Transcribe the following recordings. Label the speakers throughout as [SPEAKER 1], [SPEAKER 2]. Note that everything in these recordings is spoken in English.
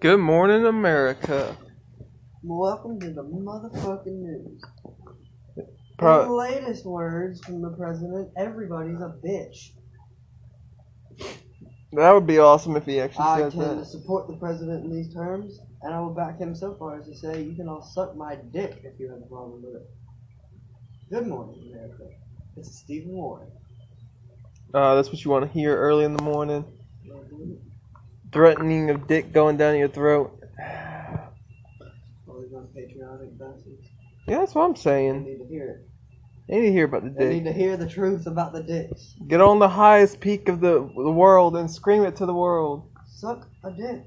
[SPEAKER 1] Good morning, America.
[SPEAKER 2] Welcome to the motherfucking news.
[SPEAKER 1] Pro-
[SPEAKER 2] In the latest words from the president, everybody's a bitch.
[SPEAKER 1] that would be awesome if he actually
[SPEAKER 2] I
[SPEAKER 1] said
[SPEAKER 2] tend to
[SPEAKER 1] that.
[SPEAKER 2] support the president in these terms, and I will back him so far as to say, you can all suck my dick if you have a problem with it. Good morning, America. This is Stephen Warren.
[SPEAKER 1] Uh, that's what you want to hear early in the morning. Threatening of dick going down your throat.
[SPEAKER 2] Always on patriotic bastards.
[SPEAKER 1] Yeah, that's what I'm
[SPEAKER 2] They
[SPEAKER 1] saying.
[SPEAKER 2] need to hear it.
[SPEAKER 1] They need to hear about the
[SPEAKER 2] They need
[SPEAKER 1] dick.
[SPEAKER 2] to hear the truth about the dicks.
[SPEAKER 1] Get on the highest peak of the, the world and scream it to the world.
[SPEAKER 2] Suck a dick.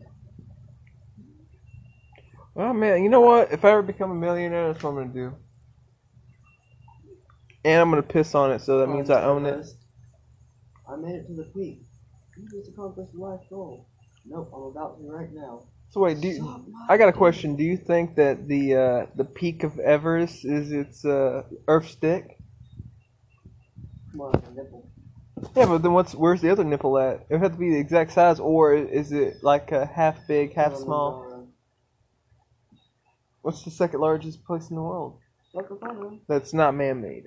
[SPEAKER 1] Oh man, you know what? If I ever become a millionaire, that's what I'm gonna do. And I'm gonna piss on it, so that means I own it.
[SPEAKER 2] I made it to the peak. You just accomplished your life goal. Nope, I'm about to right now.
[SPEAKER 1] So wait, do you,
[SPEAKER 2] Suck my
[SPEAKER 1] I got a
[SPEAKER 2] dick.
[SPEAKER 1] question? Do you think that the uh, the peak of Everest is its uh, Earth's dick?
[SPEAKER 2] Come on, nipple.
[SPEAKER 1] Yeah, but then what's where's the other nipple at? It would have to be the exact size, or is it like a half big, half
[SPEAKER 2] Oh my
[SPEAKER 1] small?
[SPEAKER 2] God.
[SPEAKER 1] What's the second largest place in the world
[SPEAKER 2] Suck a bottom.
[SPEAKER 1] that's not man-made?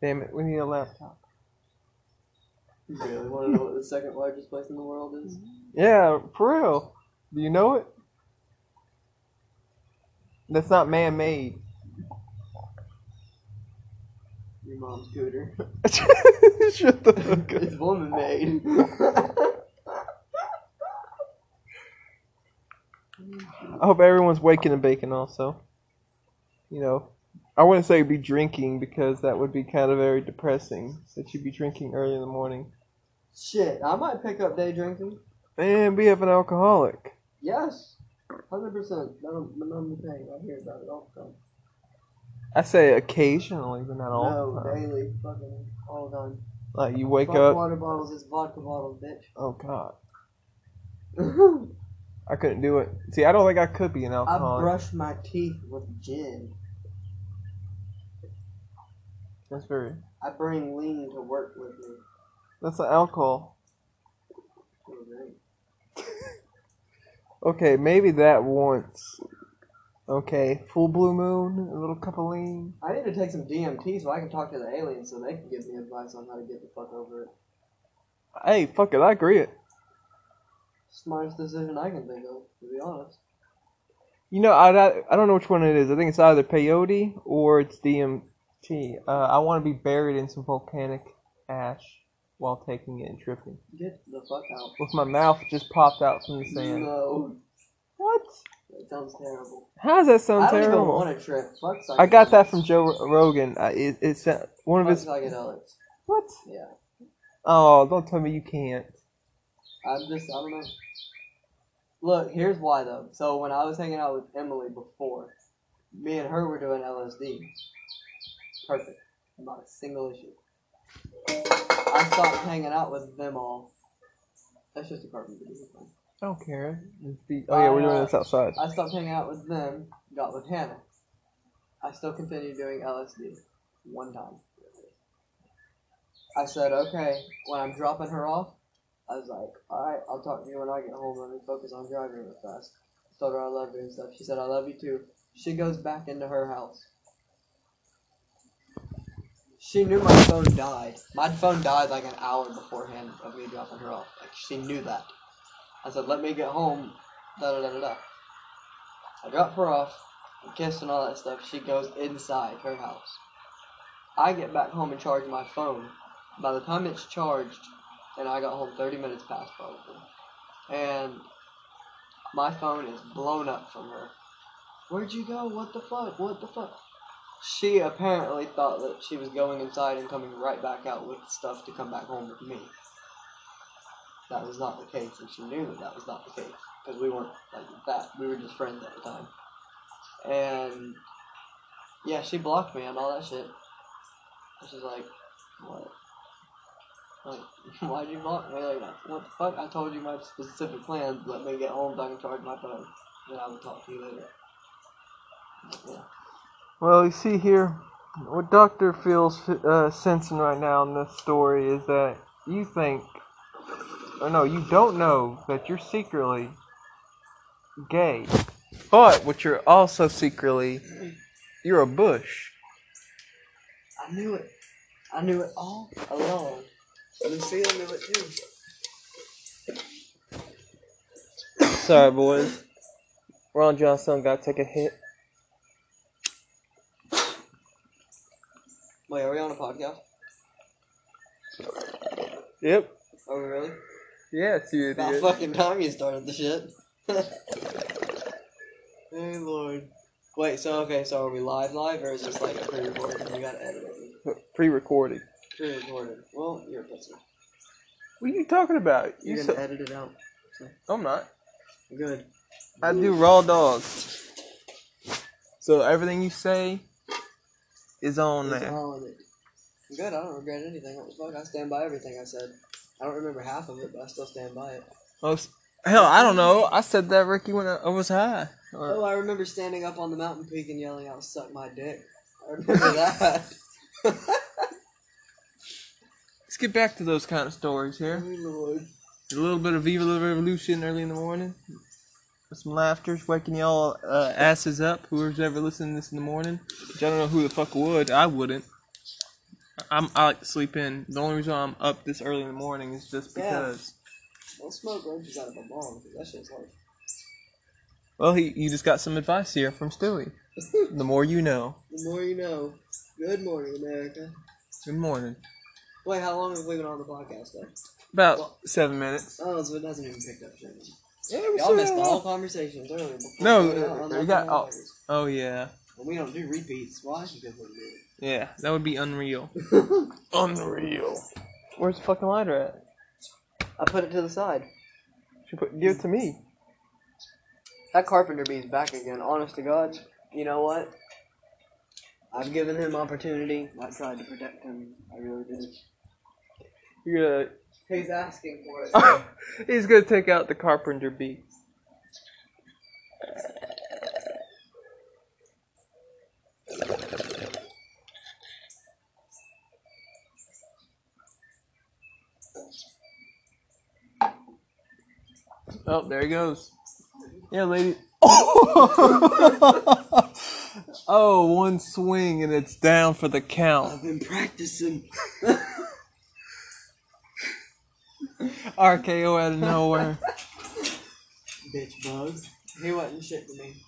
[SPEAKER 1] Damn it, we need a laptop.
[SPEAKER 2] You really want to know what the second largest place in the world is?
[SPEAKER 1] Yeah, for real. Do you know it? That's not man-made.
[SPEAKER 2] Your mom's cooter.
[SPEAKER 1] Shut the fuck up.
[SPEAKER 2] it's woman made.
[SPEAKER 1] I hope everyone's waking and baking also. You know, I wouldn't say be drinking because that would be kind of very depressing that you'd be drinking early in the morning.
[SPEAKER 2] Shit, I might pick up day drinking.
[SPEAKER 1] And we have an alcoholic.
[SPEAKER 2] Yes, hundred percent. I'm the thing. I hear about it all the time.
[SPEAKER 1] I say occasionally, but not all
[SPEAKER 2] no,
[SPEAKER 1] the time.
[SPEAKER 2] daily, fucking all the time.
[SPEAKER 1] Like you wake
[SPEAKER 2] Fuck
[SPEAKER 1] up,
[SPEAKER 2] Water bottles is vodka bottles,
[SPEAKER 1] oh god,
[SPEAKER 2] bitch.
[SPEAKER 1] I couldn't do it. See, I don't think I could be an
[SPEAKER 2] I
[SPEAKER 1] alcoholic.
[SPEAKER 2] brush my teeth with gin.
[SPEAKER 1] that's very.
[SPEAKER 2] I bring lean to work with me.
[SPEAKER 1] That's not alcohol.
[SPEAKER 2] for a drink.
[SPEAKER 1] Okay, maybe that once. Okay, full blue moon, a little cup of lean.
[SPEAKER 2] I need to take some DMT so I can talk to the aliens so they can give me advice on how to get the fuck over it.
[SPEAKER 1] Hey, fuck it, I agree it.
[SPEAKER 2] Smartest decision I can think of, to be honest.
[SPEAKER 1] You know, I, I, I don't know which one it is. I think it's either peyote or it's DMT. Uh, I want to be buried in some volcanic ash while taking it and tripping.
[SPEAKER 2] Get the fuck out.
[SPEAKER 1] With my mouth just popped out from the sand.
[SPEAKER 2] No,
[SPEAKER 1] What?
[SPEAKER 2] that sounds terrible.
[SPEAKER 1] How does that sound
[SPEAKER 2] I don't even
[SPEAKER 1] terrible?
[SPEAKER 2] want to trip. Fuck psychedelics.
[SPEAKER 1] I got that from Joe Rogan. I, it, it's uh, one of
[SPEAKER 2] Fuck
[SPEAKER 1] his
[SPEAKER 2] psychedelics.
[SPEAKER 1] what?
[SPEAKER 2] Yeah.
[SPEAKER 1] Oh, don't tell me you can't.
[SPEAKER 2] I'm just, I don't know. Look, here's why though. So when I was hanging out with Emily before, me and her were doing LSD. Perfect. Not a single issue. I stopped hanging out with them all. That's just a carpenter.
[SPEAKER 1] I don't care. It's the- oh yeah, we're doing this outside.
[SPEAKER 2] I stopped hanging out with them, got with Hannah. I still continued doing LSD. One time. I said, okay, when I'm dropping her off, I was like, alright, I'll talk to you when I get home. Let me focus on driving real fast. told her I love you and stuff. She said, I love you too. She goes back into her house. She knew my phone died. My phone died like an hour beforehand of me dropping her off. Like, she knew that. I said, let me get home. Da da da da da. I drop her off, I kiss and all that stuff. She goes inside her house. I get back home and charge my phone. By the time it's charged, and I got home 30 minutes past probably, and my phone is blown up from her. Where'd you go? What the fuck? What the fuck? She apparently thought that she was going inside and coming right back out with stuff to come back home with me. That was not the case, and she knew that that was not the case because we weren't like that. We were just friends at the time. And yeah, she blocked me and all that shit. And she's like, what? Like, why'd you block me? Like, what the fuck? I told you my specific plans. Let me get home so I can charge my phone. Then I will talk to you later. Yeah.
[SPEAKER 1] Well, you see here, what Doctor feels uh, sensing right now in this story is that you think, or no, you don't know that you're secretly gay. But what you're also secretly, you're a bush.
[SPEAKER 2] I knew it. I knew it all along. Lucille knew it too.
[SPEAKER 3] Sorry, boys. Ron Johnson got to take a hit.
[SPEAKER 2] Wait, are we on a podcast?
[SPEAKER 3] Yep.
[SPEAKER 2] Are we really?
[SPEAKER 1] Yes, you
[SPEAKER 2] About
[SPEAKER 1] idiot.
[SPEAKER 2] fucking time you started the shit. hey lord. Wait, so okay, so are we live live or is this like pre-recorded and we gotta edit it?
[SPEAKER 1] Pre-recorded.
[SPEAKER 2] Pre-recorded. Well, you're a pussy.
[SPEAKER 1] What are you talking about? You
[SPEAKER 2] You're
[SPEAKER 1] so-
[SPEAKER 2] gonna edit it out.
[SPEAKER 1] I'm not.
[SPEAKER 2] Good.
[SPEAKER 1] I do raw dogs. So everything you say is on
[SPEAKER 2] It's
[SPEAKER 1] there.
[SPEAKER 2] all in it. I'm good, I don't regret anything. What the fuck? I stand by everything I said. I don't remember half of it, but I still stand by it.
[SPEAKER 1] Most, hell, I don't know. I said that Ricky when I, I was high.
[SPEAKER 2] Oh, I remember standing up on the mountain peak and yelling out, suck my dick. I remember that.
[SPEAKER 1] Let's get back to those kind of stories
[SPEAKER 2] Oh,
[SPEAKER 1] here.
[SPEAKER 2] Lord.
[SPEAKER 1] A little bit of Viva la Revolution early in the morning. With some laughters, waking y'all uh, asses up. Whoever's ever listening to this in the morning. Which I don't know who the fuck would. I wouldn't. I'm, I like to sleep in. The only reason I'm up this early in the morning is just
[SPEAKER 2] Yeah.
[SPEAKER 1] because.
[SPEAKER 2] Don't smoke oranges out of a bong, because that shit's hard.
[SPEAKER 1] Well, he, you just got some advice here from Stewie. The more you know.
[SPEAKER 2] The more you know. Good morning, America.
[SPEAKER 1] Good morning.
[SPEAKER 2] Wait, how long have we been on the podcast, though?
[SPEAKER 1] About
[SPEAKER 2] Well-
[SPEAKER 1] seven minutes.
[SPEAKER 2] Oh, so it doesn't even pick up shit.
[SPEAKER 1] Yeah,
[SPEAKER 2] Y'all missed the whole conversations earlier. before
[SPEAKER 1] No,
[SPEAKER 2] we went out on
[SPEAKER 1] we
[SPEAKER 2] the
[SPEAKER 1] got- oh.
[SPEAKER 2] motherfuckers.
[SPEAKER 1] Oh yeah,
[SPEAKER 2] And we don't do repeats. Why? Because we're new.
[SPEAKER 1] yeah. That would be unreal. unreal. Where's the fucking lighter at?
[SPEAKER 2] I put it to the side.
[SPEAKER 1] She put give it to me.
[SPEAKER 2] That carpenter bee's back again. Honest to God, you know what? I've given him opportunity. I tried to protect him. I really did.
[SPEAKER 1] You're
[SPEAKER 2] He's asking for it.
[SPEAKER 1] gonna. He's gonna take out the carpenter bee. Oh, there he goes. Yeah, lady. oh, one swing and it's down for the count.
[SPEAKER 2] I've been practicing.
[SPEAKER 1] RKO out of nowhere.
[SPEAKER 2] Bitch bugs. He wasn't shit to me.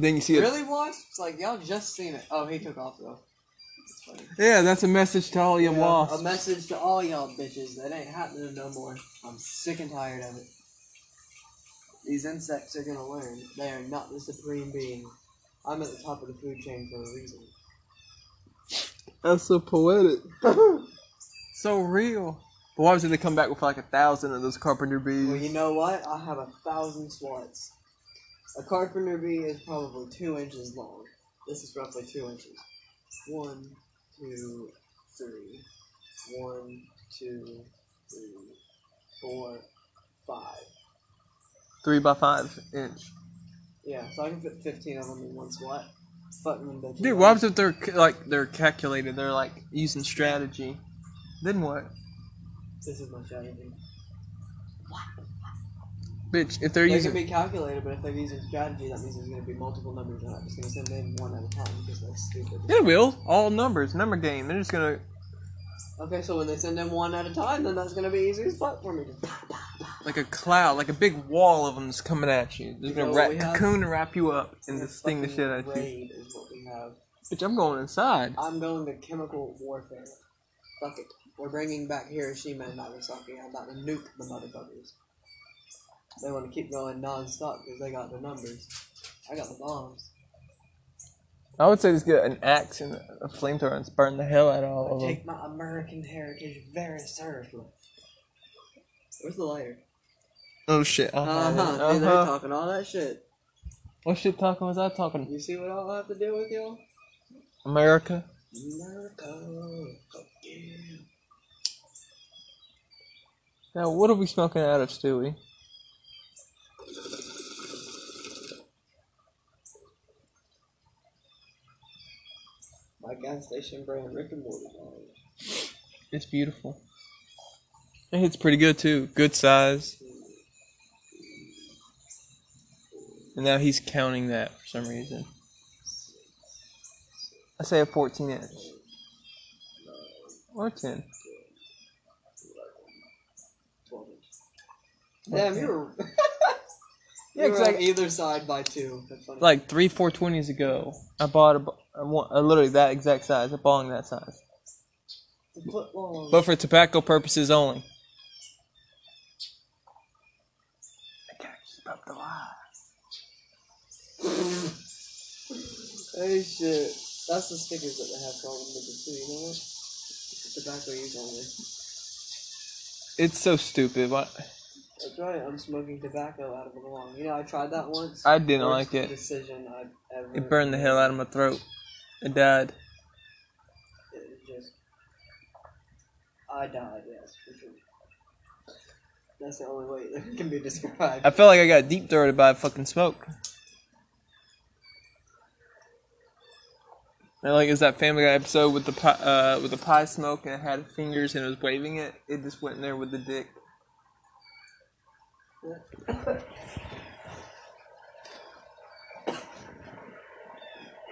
[SPEAKER 1] then you see it.
[SPEAKER 2] Really, wasps? It's like y'all just seen it. Oh, he took off though. That's funny.
[SPEAKER 1] Yeah, that's a message to all you
[SPEAKER 2] Yeah,
[SPEAKER 1] wasps.
[SPEAKER 2] A message to all y'all bitches. That ain't happening no more. I'm sick and tired of it. These insects are gonna learn they are not the supreme being. I'm at the top of the food chain for a reason.
[SPEAKER 1] That's so poetic. so real. But why would they come back with like a thousand of those carpenter bees?
[SPEAKER 2] Well, you know what? I have a thousand swats. A carpenter bee is probably two inches long. This is roughly two inches. One, two, three. One, two, three, four, five.
[SPEAKER 1] Three by five inch.
[SPEAKER 2] Yeah, so I can fit 15 of them in one swat. Fucking them bitches.
[SPEAKER 1] Dude, why was it they're like they're calculated? They're like using strategy. Then what?
[SPEAKER 2] This is my strategy.
[SPEAKER 1] Bitch, if they're
[SPEAKER 2] They
[SPEAKER 1] using
[SPEAKER 2] can be calculated, but if they're using strategy, that means there's going to be multiple numbers. They're not just going to send in one at a time because they're stupid.
[SPEAKER 1] it will all numbers number game. They're just gonna
[SPEAKER 2] Okay, so when they send in one at a time, then that's going to be easy as fuck for me. to-
[SPEAKER 1] like a cloud, like a big wall of them is coming at you. They're
[SPEAKER 2] You
[SPEAKER 1] gonna
[SPEAKER 2] know
[SPEAKER 1] wrap,
[SPEAKER 2] what we have?
[SPEAKER 1] cocoon and wrap you up and
[SPEAKER 2] They're
[SPEAKER 1] just sting the
[SPEAKER 2] fucking
[SPEAKER 1] shit out of you.
[SPEAKER 2] raid is what we have.
[SPEAKER 1] Bitch, I'm going inside.
[SPEAKER 2] I'm going to chemical warfare. Fuck it. We're bringing back Hiroshima and Nagasaki. I'm about to nuke the motherfuckers. They want to keep going non-stop because they got the numbers. I got the bombs.
[SPEAKER 1] I would say just get an axe and a flamethrower and just burn the hell out of all of them.
[SPEAKER 2] Take my American heritage very seriously. Where's the lighter?
[SPEAKER 1] Oh shit. I'll hide
[SPEAKER 2] Uh
[SPEAKER 1] it.
[SPEAKER 2] huh. Dude, they're
[SPEAKER 1] Uh-huh.
[SPEAKER 2] talking all that shit.
[SPEAKER 1] What shit talking was I talking?
[SPEAKER 2] You see what I'll have to deal with, y'all?
[SPEAKER 1] America?
[SPEAKER 2] America. Fuck yeah.
[SPEAKER 1] Now, what are we smoking out of, Stewie?
[SPEAKER 2] My gas station brand Rick and Morty. line.
[SPEAKER 1] It's beautiful. It hits pretty good, too. Good size. And now he's counting that for some reason. I say a 14 inch. Or 10.
[SPEAKER 2] Damn, you were.
[SPEAKER 1] Yeah,
[SPEAKER 2] you were on
[SPEAKER 1] exactly.
[SPEAKER 2] either side by two. That's funny.
[SPEAKER 1] Like three 420s ago, I bought a, bo- I want- uh, literally that exact size, a bong that size.
[SPEAKER 2] The foot long.
[SPEAKER 1] But for tobacco purposes only. I gotta keep up the lie.
[SPEAKER 2] Hey shit. That's the stickers that they have for all the niggas too, you know what? Tobacco use only.
[SPEAKER 1] It's so stupid. Why-
[SPEAKER 2] That's right, I'm smoking tobacco out of a long. You know, I tried that once.
[SPEAKER 1] I didn't
[SPEAKER 2] Worst
[SPEAKER 1] like it.
[SPEAKER 2] decision I've ever
[SPEAKER 1] It burned the hell out of my throat. It died.
[SPEAKER 2] It just I died, yes, for sure. That's the only way that can be described.
[SPEAKER 1] I felt like I got deep throated by fucking smoke. And like it's that Family Guy episode with the pie, uh, with the pie smoke and it had fingers and it was waving it. It just went in there with the dick.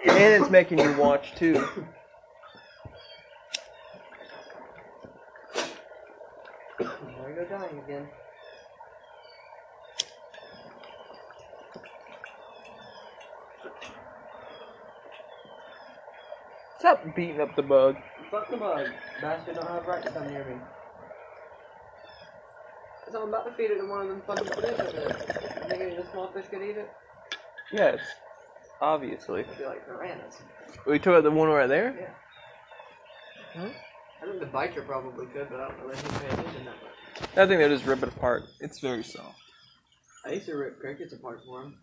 [SPEAKER 1] And it's making you watch too.
[SPEAKER 2] There we go dying again.
[SPEAKER 1] Stop beating up the bug.
[SPEAKER 2] Fuck the bug. Bastard don't have right to come near me. So I'm about to feed it to one of them fucking fish over there. You think any of the small fish could eat it?
[SPEAKER 1] Yes, obviously.
[SPEAKER 2] It'd be like piranhas.
[SPEAKER 1] We talking about the one right there.
[SPEAKER 2] Yeah. I think the biker probably could, but I don't really think paying attention that much.
[SPEAKER 1] I think they'll just rip it apart. It's very soft.
[SPEAKER 2] I used to rip crickets apart for him.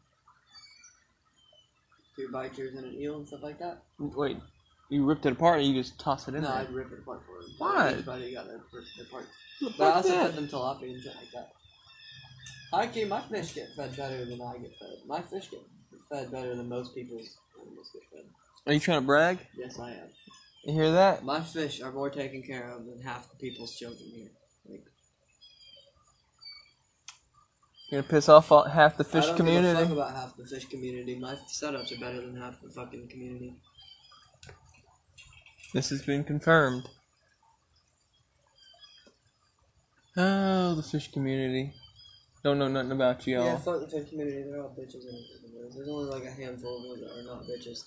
[SPEAKER 2] Two bikers and an eel and stuff like that.
[SPEAKER 1] Wait, you ripped it apart or you just toss it in
[SPEAKER 2] No,
[SPEAKER 1] there?
[SPEAKER 2] I'd rip it apart for him.
[SPEAKER 1] Why?
[SPEAKER 2] Everybody got their, their parts.
[SPEAKER 1] What the
[SPEAKER 2] But I
[SPEAKER 1] fuck's
[SPEAKER 2] also fed
[SPEAKER 1] that?
[SPEAKER 2] them tilapia and shit like that. Actually, my fish get fed better than I get fed. My fish get fed better than most people's animals get fed.
[SPEAKER 1] Are you trying to brag?
[SPEAKER 2] Yes, I am.
[SPEAKER 1] You hear that?
[SPEAKER 2] My fish are more taken care of than half the people's children here. Like,
[SPEAKER 1] You're gonna piss off all, half the
[SPEAKER 2] I
[SPEAKER 1] fish
[SPEAKER 2] don't Give a fuck
[SPEAKER 1] community.
[SPEAKER 2] about half the fish community. My setups are better than half the fucking community.
[SPEAKER 1] This has been confirmed. Oh, the fish community. Don't know nothing about y'all.
[SPEAKER 2] Yeah, fuck the fish community. They're all bitches. In it. There's only like a handful of them that are not bitches.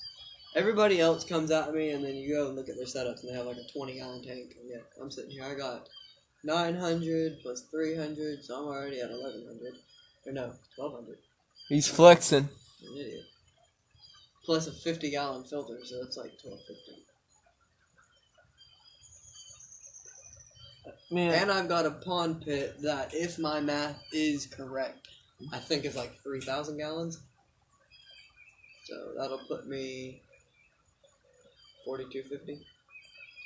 [SPEAKER 2] Everybody else comes at me, and then you go and look at their setups, and they have like a 20 gallon tank. And yeah, I'm sitting here. I got 900 plus 300, so I'm already at 1100. Or no, 1200.
[SPEAKER 1] He's flexing.
[SPEAKER 2] I'm an idiot. Plus a 50 gallon filter, so that's like 1250.
[SPEAKER 1] Man,
[SPEAKER 2] And I've got a pond pit that, if my math is correct, I think is like 3,000 gallons. So that'll put me 4,250?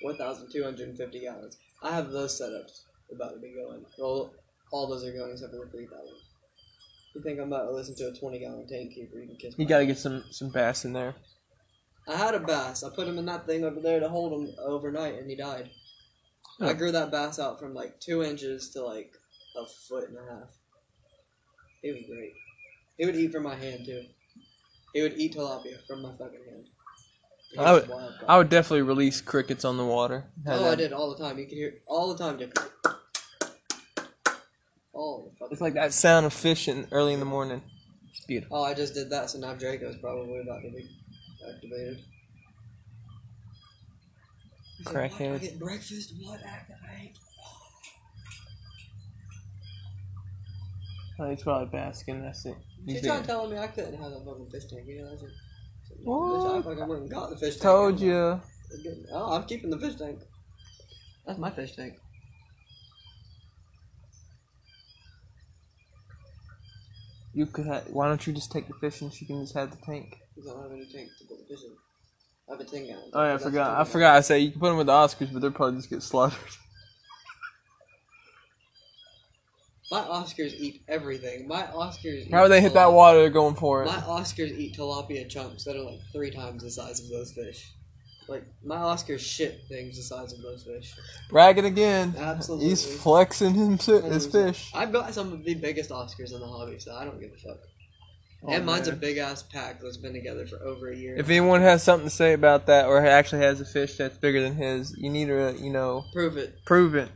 [SPEAKER 2] 4,250 gallons. I have those setups about to be going. Well, all those are going except for the 3,000. You think I'm about to listen to a 20 gallon tank keeper? You can kiss my
[SPEAKER 1] you gotta get some some bass in there.
[SPEAKER 2] I had a bass. I put him in that thing over there to hold him overnight, and he died. I
[SPEAKER 1] Huh.
[SPEAKER 2] grew that bass out from like two inches to like a foot and a half. He was great. He would eat from my hand too. He would eat tilapia from my fucking hand. He
[SPEAKER 1] I
[SPEAKER 2] was
[SPEAKER 1] would-
[SPEAKER 2] a wild guy.
[SPEAKER 1] I would definitely release crickets on the water. Had
[SPEAKER 2] oh,
[SPEAKER 1] that-
[SPEAKER 2] I did all the time. You could hear all the time. Different. All the fucking.
[SPEAKER 1] It's like that sound of fishing early in the morning. It's beautiful.
[SPEAKER 2] Oh, I just did that, so now Draco's probably about to be activated. He's like, "What? I
[SPEAKER 1] Crackhead.
[SPEAKER 2] get breakfast. What activate?
[SPEAKER 1] Oh, he's probably basking. That's it.
[SPEAKER 2] She
[SPEAKER 1] You
[SPEAKER 2] tried
[SPEAKER 1] think-
[SPEAKER 2] telling me I couldn't have a fucking fish tank. You know, I said,
[SPEAKER 1] What?
[SPEAKER 2] Bitch, I fucking went and got the fish tank.
[SPEAKER 1] Told
[SPEAKER 2] I'm
[SPEAKER 1] you.
[SPEAKER 2] like, Oh, I'm keeping the fish tank. That's my fish tank.
[SPEAKER 1] You could. Ha- Why don't you just take the fish and she can just have the tank?
[SPEAKER 2] Because I don't have any tank to put the fish in. I have a 10 gallon.
[SPEAKER 1] Oh yeah, I
[SPEAKER 2] That's
[SPEAKER 1] forgot. I
[SPEAKER 2] 10 gallon.
[SPEAKER 1] forgot. I say you can put them with the Oscars, but they'll probably just get slaughtered.
[SPEAKER 2] My Oscars eat everything. My Oscars.
[SPEAKER 1] How would
[SPEAKER 2] eat
[SPEAKER 1] they hit that
[SPEAKER 2] tilapia.
[SPEAKER 1] water? They're going for it.
[SPEAKER 2] My Oscars eat tilapia chunks that are like three times the size of those fish. Like, my Oscars shit things the size of those fish.
[SPEAKER 1] Bragging again.
[SPEAKER 2] Absolutely.
[SPEAKER 1] He's flexing him, his
[SPEAKER 2] Hundred
[SPEAKER 1] his
[SPEAKER 2] percent.
[SPEAKER 1] fish.
[SPEAKER 2] I've got some of the biggest Oscars in the hobby, so I don't give a fuck. and mine's a
[SPEAKER 1] Oh, man.
[SPEAKER 2] big ass pack that's been together for over a year.
[SPEAKER 1] If anyone has something to say about that, or actually has a fish that's bigger than his, you need to, you know,
[SPEAKER 2] Prove it.
[SPEAKER 1] prove it.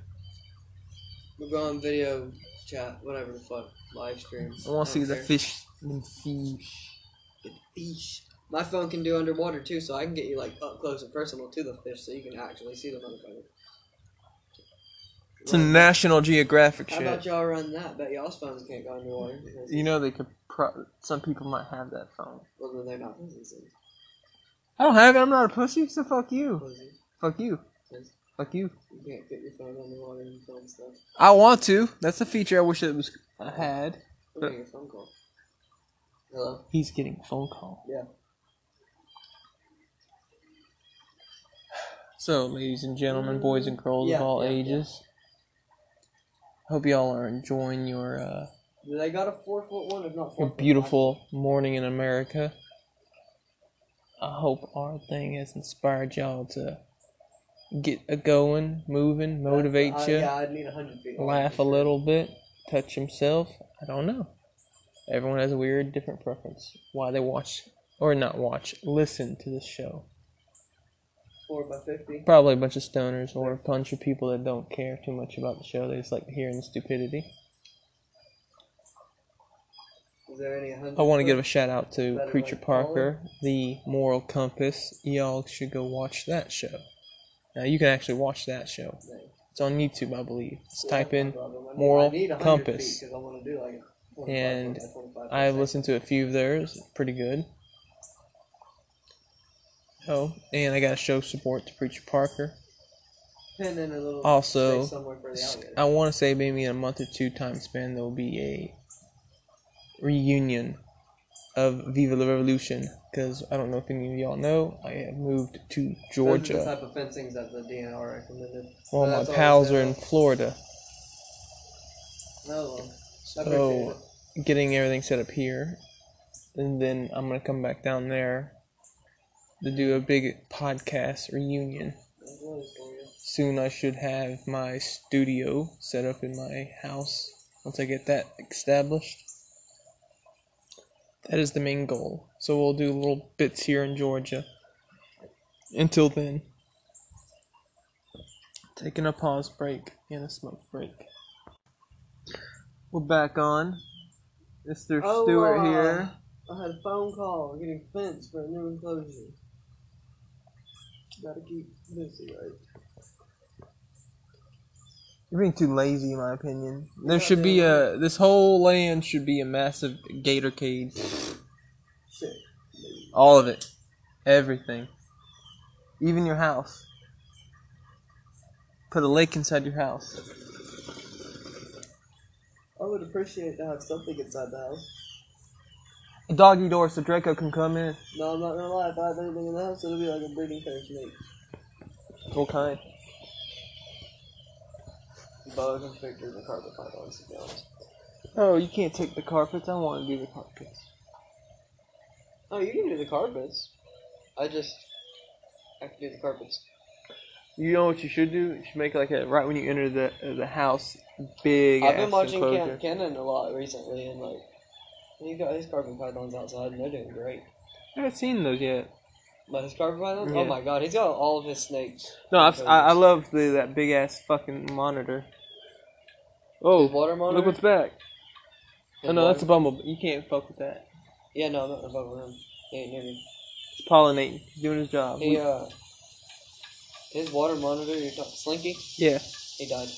[SPEAKER 2] We'll go on video chat, whatever the fuck, live stream.
[SPEAKER 1] I want to see
[SPEAKER 2] don't
[SPEAKER 1] the
[SPEAKER 2] care.
[SPEAKER 1] fish. Them fish.
[SPEAKER 2] The fish. My phone can do underwater too, so I can get you like up close and personal to the fish, so you can actually see the motherfucker.
[SPEAKER 1] It's a National Geographic
[SPEAKER 2] How
[SPEAKER 1] shit.
[SPEAKER 2] about y'all run that? Bet y'all's phones can't go underwater. Because,
[SPEAKER 1] You know, they could. Pro- some people might have that phone.
[SPEAKER 2] well, then they're not pussies.
[SPEAKER 1] I don't have it. I'm not a pussy. So fuck you.
[SPEAKER 2] Pussy.
[SPEAKER 1] Fuck you.
[SPEAKER 2] Yes.
[SPEAKER 1] Fuck you.
[SPEAKER 2] You can't get your phone underwater and film stuff.
[SPEAKER 1] I want to. That's a feature I wish it was. I had.
[SPEAKER 2] I'm getting a phone call. Hello.
[SPEAKER 1] He's getting a phone call.
[SPEAKER 2] Yeah.
[SPEAKER 1] So, ladies and gentlemen, boys and girls
[SPEAKER 2] Yeah,
[SPEAKER 1] of all
[SPEAKER 2] yeah, yeah.
[SPEAKER 1] ages, hope y'all are enjoying your uh,
[SPEAKER 2] They got a four foot one, if not four.
[SPEAKER 1] your
[SPEAKER 2] foot
[SPEAKER 1] beautiful morning in America. I hope our thing has inspired y'all to get a going, moving,
[SPEAKER 2] five.
[SPEAKER 1] motivate
[SPEAKER 2] Uh,
[SPEAKER 1] you,
[SPEAKER 2] Yeah, I'd need a hundred feet.
[SPEAKER 1] laugh a little bit, touch himself. I don't know. Everyone has a weird, different preference why they watch or not watch, listen to this show.
[SPEAKER 2] Four by fifty.
[SPEAKER 1] Probably a bunch of stoners or a bunch of people that don't care too much about the show. They just like hearing the stupidity.
[SPEAKER 2] Is there any hundred?
[SPEAKER 1] I want to
[SPEAKER 2] foot?
[SPEAKER 1] give a shout out to
[SPEAKER 2] Better
[SPEAKER 1] Preacher
[SPEAKER 2] Way Forward.
[SPEAKER 1] Parker, The Moral Compass. Y'all should go watch that show. Now you can actually watch that show. It's on YouTube, I believe. Just type in. moral compass. And I've listened to a few of theirs. Pretty good. Oh, and I got to show support to Preacher Parker. Also, I want to say maybe in a month or two time span there will be a reunion of Viva la Revolution because I don't know if any of y'all know I have moved to
[SPEAKER 2] Those are
[SPEAKER 1] Georgia.
[SPEAKER 2] the type of fencings that the DNR recommended.
[SPEAKER 1] All
[SPEAKER 2] But
[SPEAKER 1] my
[SPEAKER 2] that's all
[SPEAKER 1] pals
[SPEAKER 2] they
[SPEAKER 1] are in
[SPEAKER 2] know.
[SPEAKER 1] Florida,
[SPEAKER 2] Oh, well. I appreciate
[SPEAKER 1] so
[SPEAKER 2] it.
[SPEAKER 1] getting everything set up here, and then I'm gonna come back down there to do a big podcast reunion.
[SPEAKER 2] That's what it's for, yeah.
[SPEAKER 1] Soon I should have my studio set up in my house once I get that established. That is the main goal. So we'll do little bits here in Georgia. Until then, taking a pause break and a smoke break. We're back on. Mr.
[SPEAKER 2] Oh,
[SPEAKER 1] Stewart
[SPEAKER 2] uh,
[SPEAKER 1] here.
[SPEAKER 2] I had a phone call getting fenced for a new enclosure. Gotta keep busy, right?
[SPEAKER 1] You're being too lazy, in my opinion.
[SPEAKER 2] Yeah,
[SPEAKER 1] There should be
[SPEAKER 2] man.
[SPEAKER 1] a. This whole land should be a massive gator cage.
[SPEAKER 2] Shit.
[SPEAKER 1] All of it. Everything. Even your house. Put a lake inside your house.
[SPEAKER 2] I would appreciate to have something inside the house.
[SPEAKER 1] A doggy door so Draco can come in.
[SPEAKER 2] No, I'm not gonna lie. If I have anything in the house, it'll be like a breeding cage, mate.
[SPEAKER 1] What kind?
[SPEAKER 2] Bug and Victor, the carpet pythons, to be honest.
[SPEAKER 1] Oh, you can't take the carpets. I want to do the carpets.
[SPEAKER 2] Oh, you can do the carpets. I just I can do the carpets.
[SPEAKER 1] You know what you should do? You should make like a right when you enter the uh, the house, big.
[SPEAKER 2] I've been watching
[SPEAKER 1] enclosure.
[SPEAKER 2] Cam Cannon a lot recently, and like he got his carpet pythons outside, and they're doing great.
[SPEAKER 1] I haven't seen those yet.
[SPEAKER 2] But his carpet pythons, oh
[SPEAKER 1] Yeah.
[SPEAKER 2] my god, he's got all of his snakes.
[SPEAKER 1] No, I've, I I love the that big ass fucking monitor. Oh,
[SPEAKER 2] His water monitor.
[SPEAKER 1] look what's back!
[SPEAKER 2] His
[SPEAKER 1] Oh no,
[SPEAKER 2] water-
[SPEAKER 1] that's a bumblebee. You can't fuck with that.
[SPEAKER 2] yeah, no, I'm not above him. He ain't near me.
[SPEAKER 1] It's pollinating. He's doing his job.
[SPEAKER 2] He uh, his water monitor. You're talking Slinky.
[SPEAKER 1] yeah.
[SPEAKER 2] He died.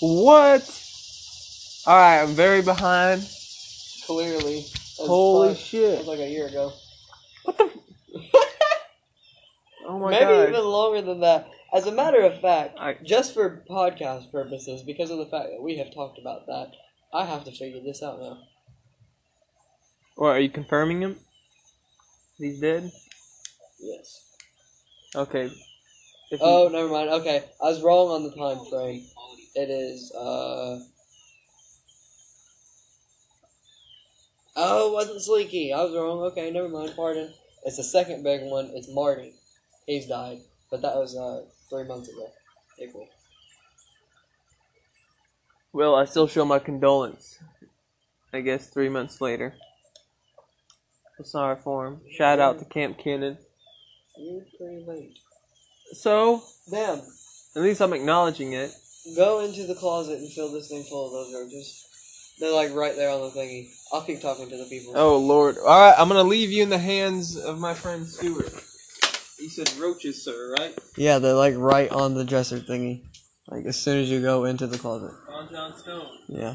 [SPEAKER 1] What? All right, I'm very behind.
[SPEAKER 2] Clearly. That was
[SPEAKER 1] Holy
[SPEAKER 2] five- That was
[SPEAKER 1] shit!
[SPEAKER 2] like a year ago.
[SPEAKER 1] Oh my
[SPEAKER 2] Maybe
[SPEAKER 1] god!
[SPEAKER 2] even longer than that. As a matter of fact,
[SPEAKER 1] I-
[SPEAKER 2] just for podcast purposes, because of the fact that we have talked about that, I have to figure this out now.
[SPEAKER 1] Or are you confirming him? He's dead.
[SPEAKER 2] Yes.
[SPEAKER 1] Okay. If you-
[SPEAKER 2] Oh, never mind. Okay, I was wrong on the time frame. It is. uh... Oh, it wasn't Sleeky. I was wrong. Okay, never mind. Pardon. It's the second big one. It's Marty. He's died, but that was uh three months ago. April.
[SPEAKER 1] well, I still show my condolence. I guess three months later.
[SPEAKER 3] I'm sorry for him. Shout out to Camp Cannon.
[SPEAKER 2] You're pretty late.
[SPEAKER 3] So,
[SPEAKER 2] Damn.
[SPEAKER 3] at least I'm acknowledging it.
[SPEAKER 2] Go into the closet and fill this thing full of those roaches. They're like right there on the thingy. I'll keep talking to the people.
[SPEAKER 1] Oh Lord! All right, I'm gonna leave you in the hands of my friend Stuart. He said roaches, sir, right?
[SPEAKER 2] Yeah, they're like right on the dresser thingy. Like as soon as you go into the closet.
[SPEAKER 1] Ron John Stone.
[SPEAKER 2] Yeah.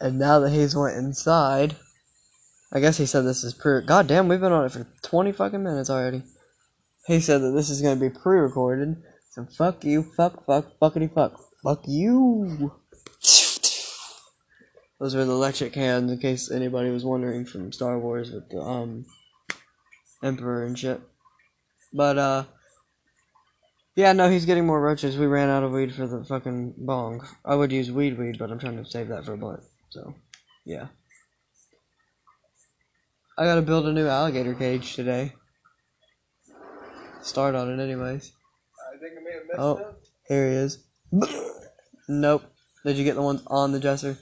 [SPEAKER 2] And now that he's went inside, I guess he said this is pre. God damn, we've been on it for twenty fucking minutes already. He said that this is gonna be pre-recorded. So fuck you, fuck, fuck, fuckity fuck, fuck you. Those were the electric hands, in case anybody was wondering from Star Wars with the um Emperor and shit. But uh. Yeah, no, he's getting more roaches. We ran out of weed for the fucking bong. I would use weed weed, but I'm trying to save that for a blunt. So, yeah. I gotta build a new alligator cage today. Start on it, anyways.
[SPEAKER 1] I think I may have messed
[SPEAKER 2] Oh.
[SPEAKER 1] up.
[SPEAKER 2] Here he is. nope. Did you get the ones on the dresser?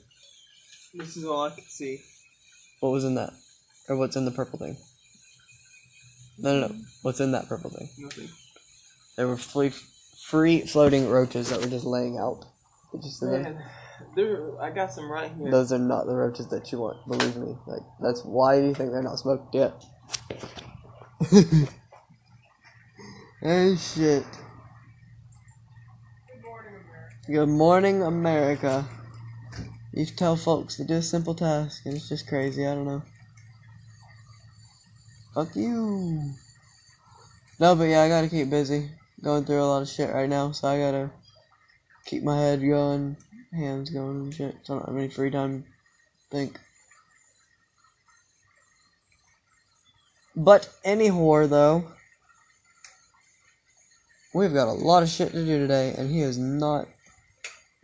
[SPEAKER 1] This is all I could see.
[SPEAKER 2] What was in that? Or what's in the purple thing? No, no, no. What's in that purple thing?
[SPEAKER 1] Nothing.
[SPEAKER 2] There were free, free floating roaches that were just laying out. Did you see them?
[SPEAKER 1] Man, there. I got some right here.
[SPEAKER 2] Those are not the roaches that you want, believe me. Like that's why you think they're not smoked yet. oh shit. Good morning, America. You tell folks to do a simple task, and it's just crazy. I don't know. Fuck you. No, but yeah, I gotta keep busy. Going through a lot of shit right now, so I gotta keep my head going, hands going and shit. So I don't have any free time to think. But any whore though. We've got a lot of shit to do today, and he is not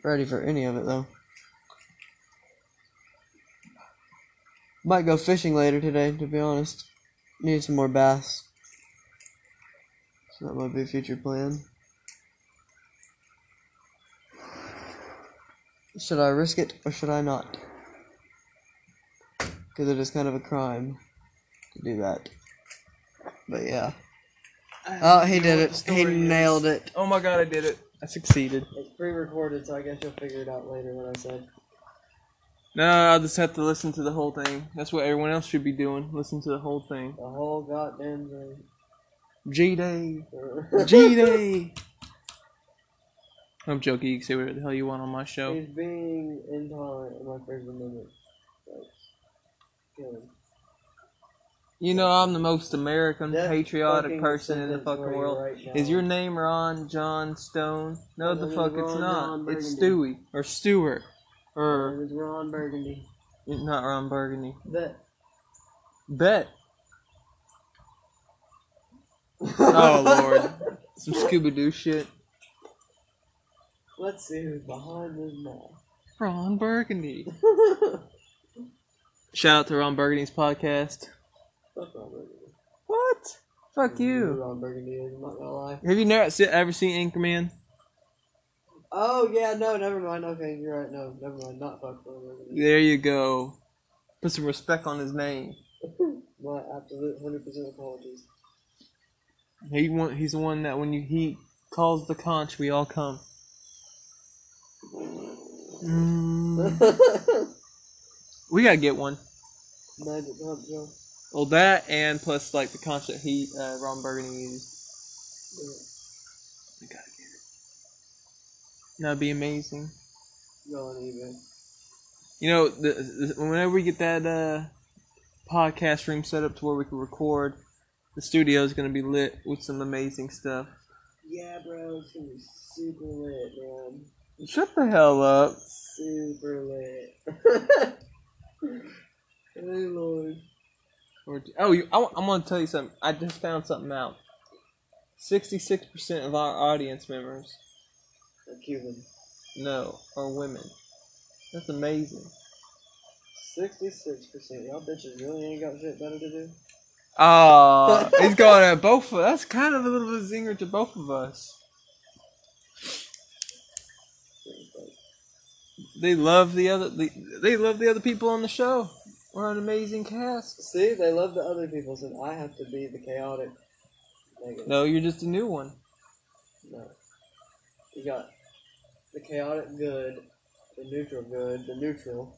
[SPEAKER 2] ready for any of it though. Might go fishing later today, to be honest. Need some more bass. So that might be a future plan. Should I risk it or should I not? Because it is kind of a crime to do that. But yeah. Oh, he did it. He nailed it.
[SPEAKER 1] Oh my god, I did it. I succeeded.
[SPEAKER 2] It's pre recorded, so I guess you'll figure it out later what I said.
[SPEAKER 1] No, I'll just have to listen to the whole thing. That's what everyone else should be doing. Listen to the whole thing.
[SPEAKER 2] The whole goddamn thing.
[SPEAKER 1] G Day. G Day. I'm joking. You can say whatever the hell you want on my show.
[SPEAKER 2] He's being intolerant of my First Amendment. Like, kill him.
[SPEAKER 1] You know, I'm the most American
[SPEAKER 2] That
[SPEAKER 1] patriotic
[SPEAKER 2] fucking
[SPEAKER 1] person in the
[SPEAKER 2] sentence
[SPEAKER 1] fucking
[SPEAKER 2] for you
[SPEAKER 1] world.
[SPEAKER 2] right now.
[SPEAKER 1] Is your name Ron John Stone? No,
[SPEAKER 2] My
[SPEAKER 1] the
[SPEAKER 2] name
[SPEAKER 1] fuck,
[SPEAKER 2] is
[SPEAKER 1] it's
[SPEAKER 2] Ron
[SPEAKER 1] not.
[SPEAKER 2] John
[SPEAKER 1] It's
[SPEAKER 2] Burgundy.
[SPEAKER 1] Stewie or Stewart
[SPEAKER 2] It
[SPEAKER 1] or
[SPEAKER 2] was Ron Burgundy.
[SPEAKER 1] not Ron Burgundy.
[SPEAKER 2] That.
[SPEAKER 1] Bet. Oh lord, some Scooby Doo shit.
[SPEAKER 2] Let's see who's behind this mall.
[SPEAKER 1] Ron Burgundy. Shout out to Ron Burgundy's podcast.
[SPEAKER 2] Fuck Ron Burgundy.
[SPEAKER 1] What? Fuck
[SPEAKER 2] Who
[SPEAKER 1] you.
[SPEAKER 2] Ron Burgundy is, I'm not gonna lie.
[SPEAKER 1] Have you never se- ever seen Anchorman?
[SPEAKER 2] Oh, yeah, no, never mind. Okay, you're right. No, never mind. Not fuck Ron Burgundy.
[SPEAKER 1] There you go. Put some respect on his name.
[SPEAKER 2] My absolute 100% apologies.
[SPEAKER 1] He one, he's the one that when you he calls the conch, we all come. Mm. we gotta get one.
[SPEAKER 2] Magic Hunt Joe.
[SPEAKER 1] Well, that and plus like the conch that he uh, Ron Burgundy used. We gotta get it. That'd be amazing.
[SPEAKER 2] Go on eBay.
[SPEAKER 1] You know, the, the, whenever we get that uh, podcast room set up to where we can record, the studio is gonna be lit with some amazing stuff.
[SPEAKER 2] Yeah, bro, it's gonna be super lit, man.
[SPEAKER 1] Shut the hell up.
[SPEAKER 2] Super lit. hey, Lord.
[SPEAKER 1] Or- Oh, you, I, am going to tell you something. I just found something out. 66% of our audience members,
[SPEAKER 2] A Cuban.
[SPEAKER 1] no, are women. That's amazing.
[SPEAKER 2] 66%. Y'all bitches really ain't got shit better to do?
[SPEAKER 1] Oh, he's going at both of That's kind of a little bit zinger to both of us. They love the other. They, they love the other people on the show. We're an amazing cast.
[SPEAKER 2] See, they love the other people, so I have to be the chaotic. Negative.
[SPEAKER 1] No, you're just a new one.
[SPEAKER 2] No. You got the chaotic good, the neutral good, the neutral,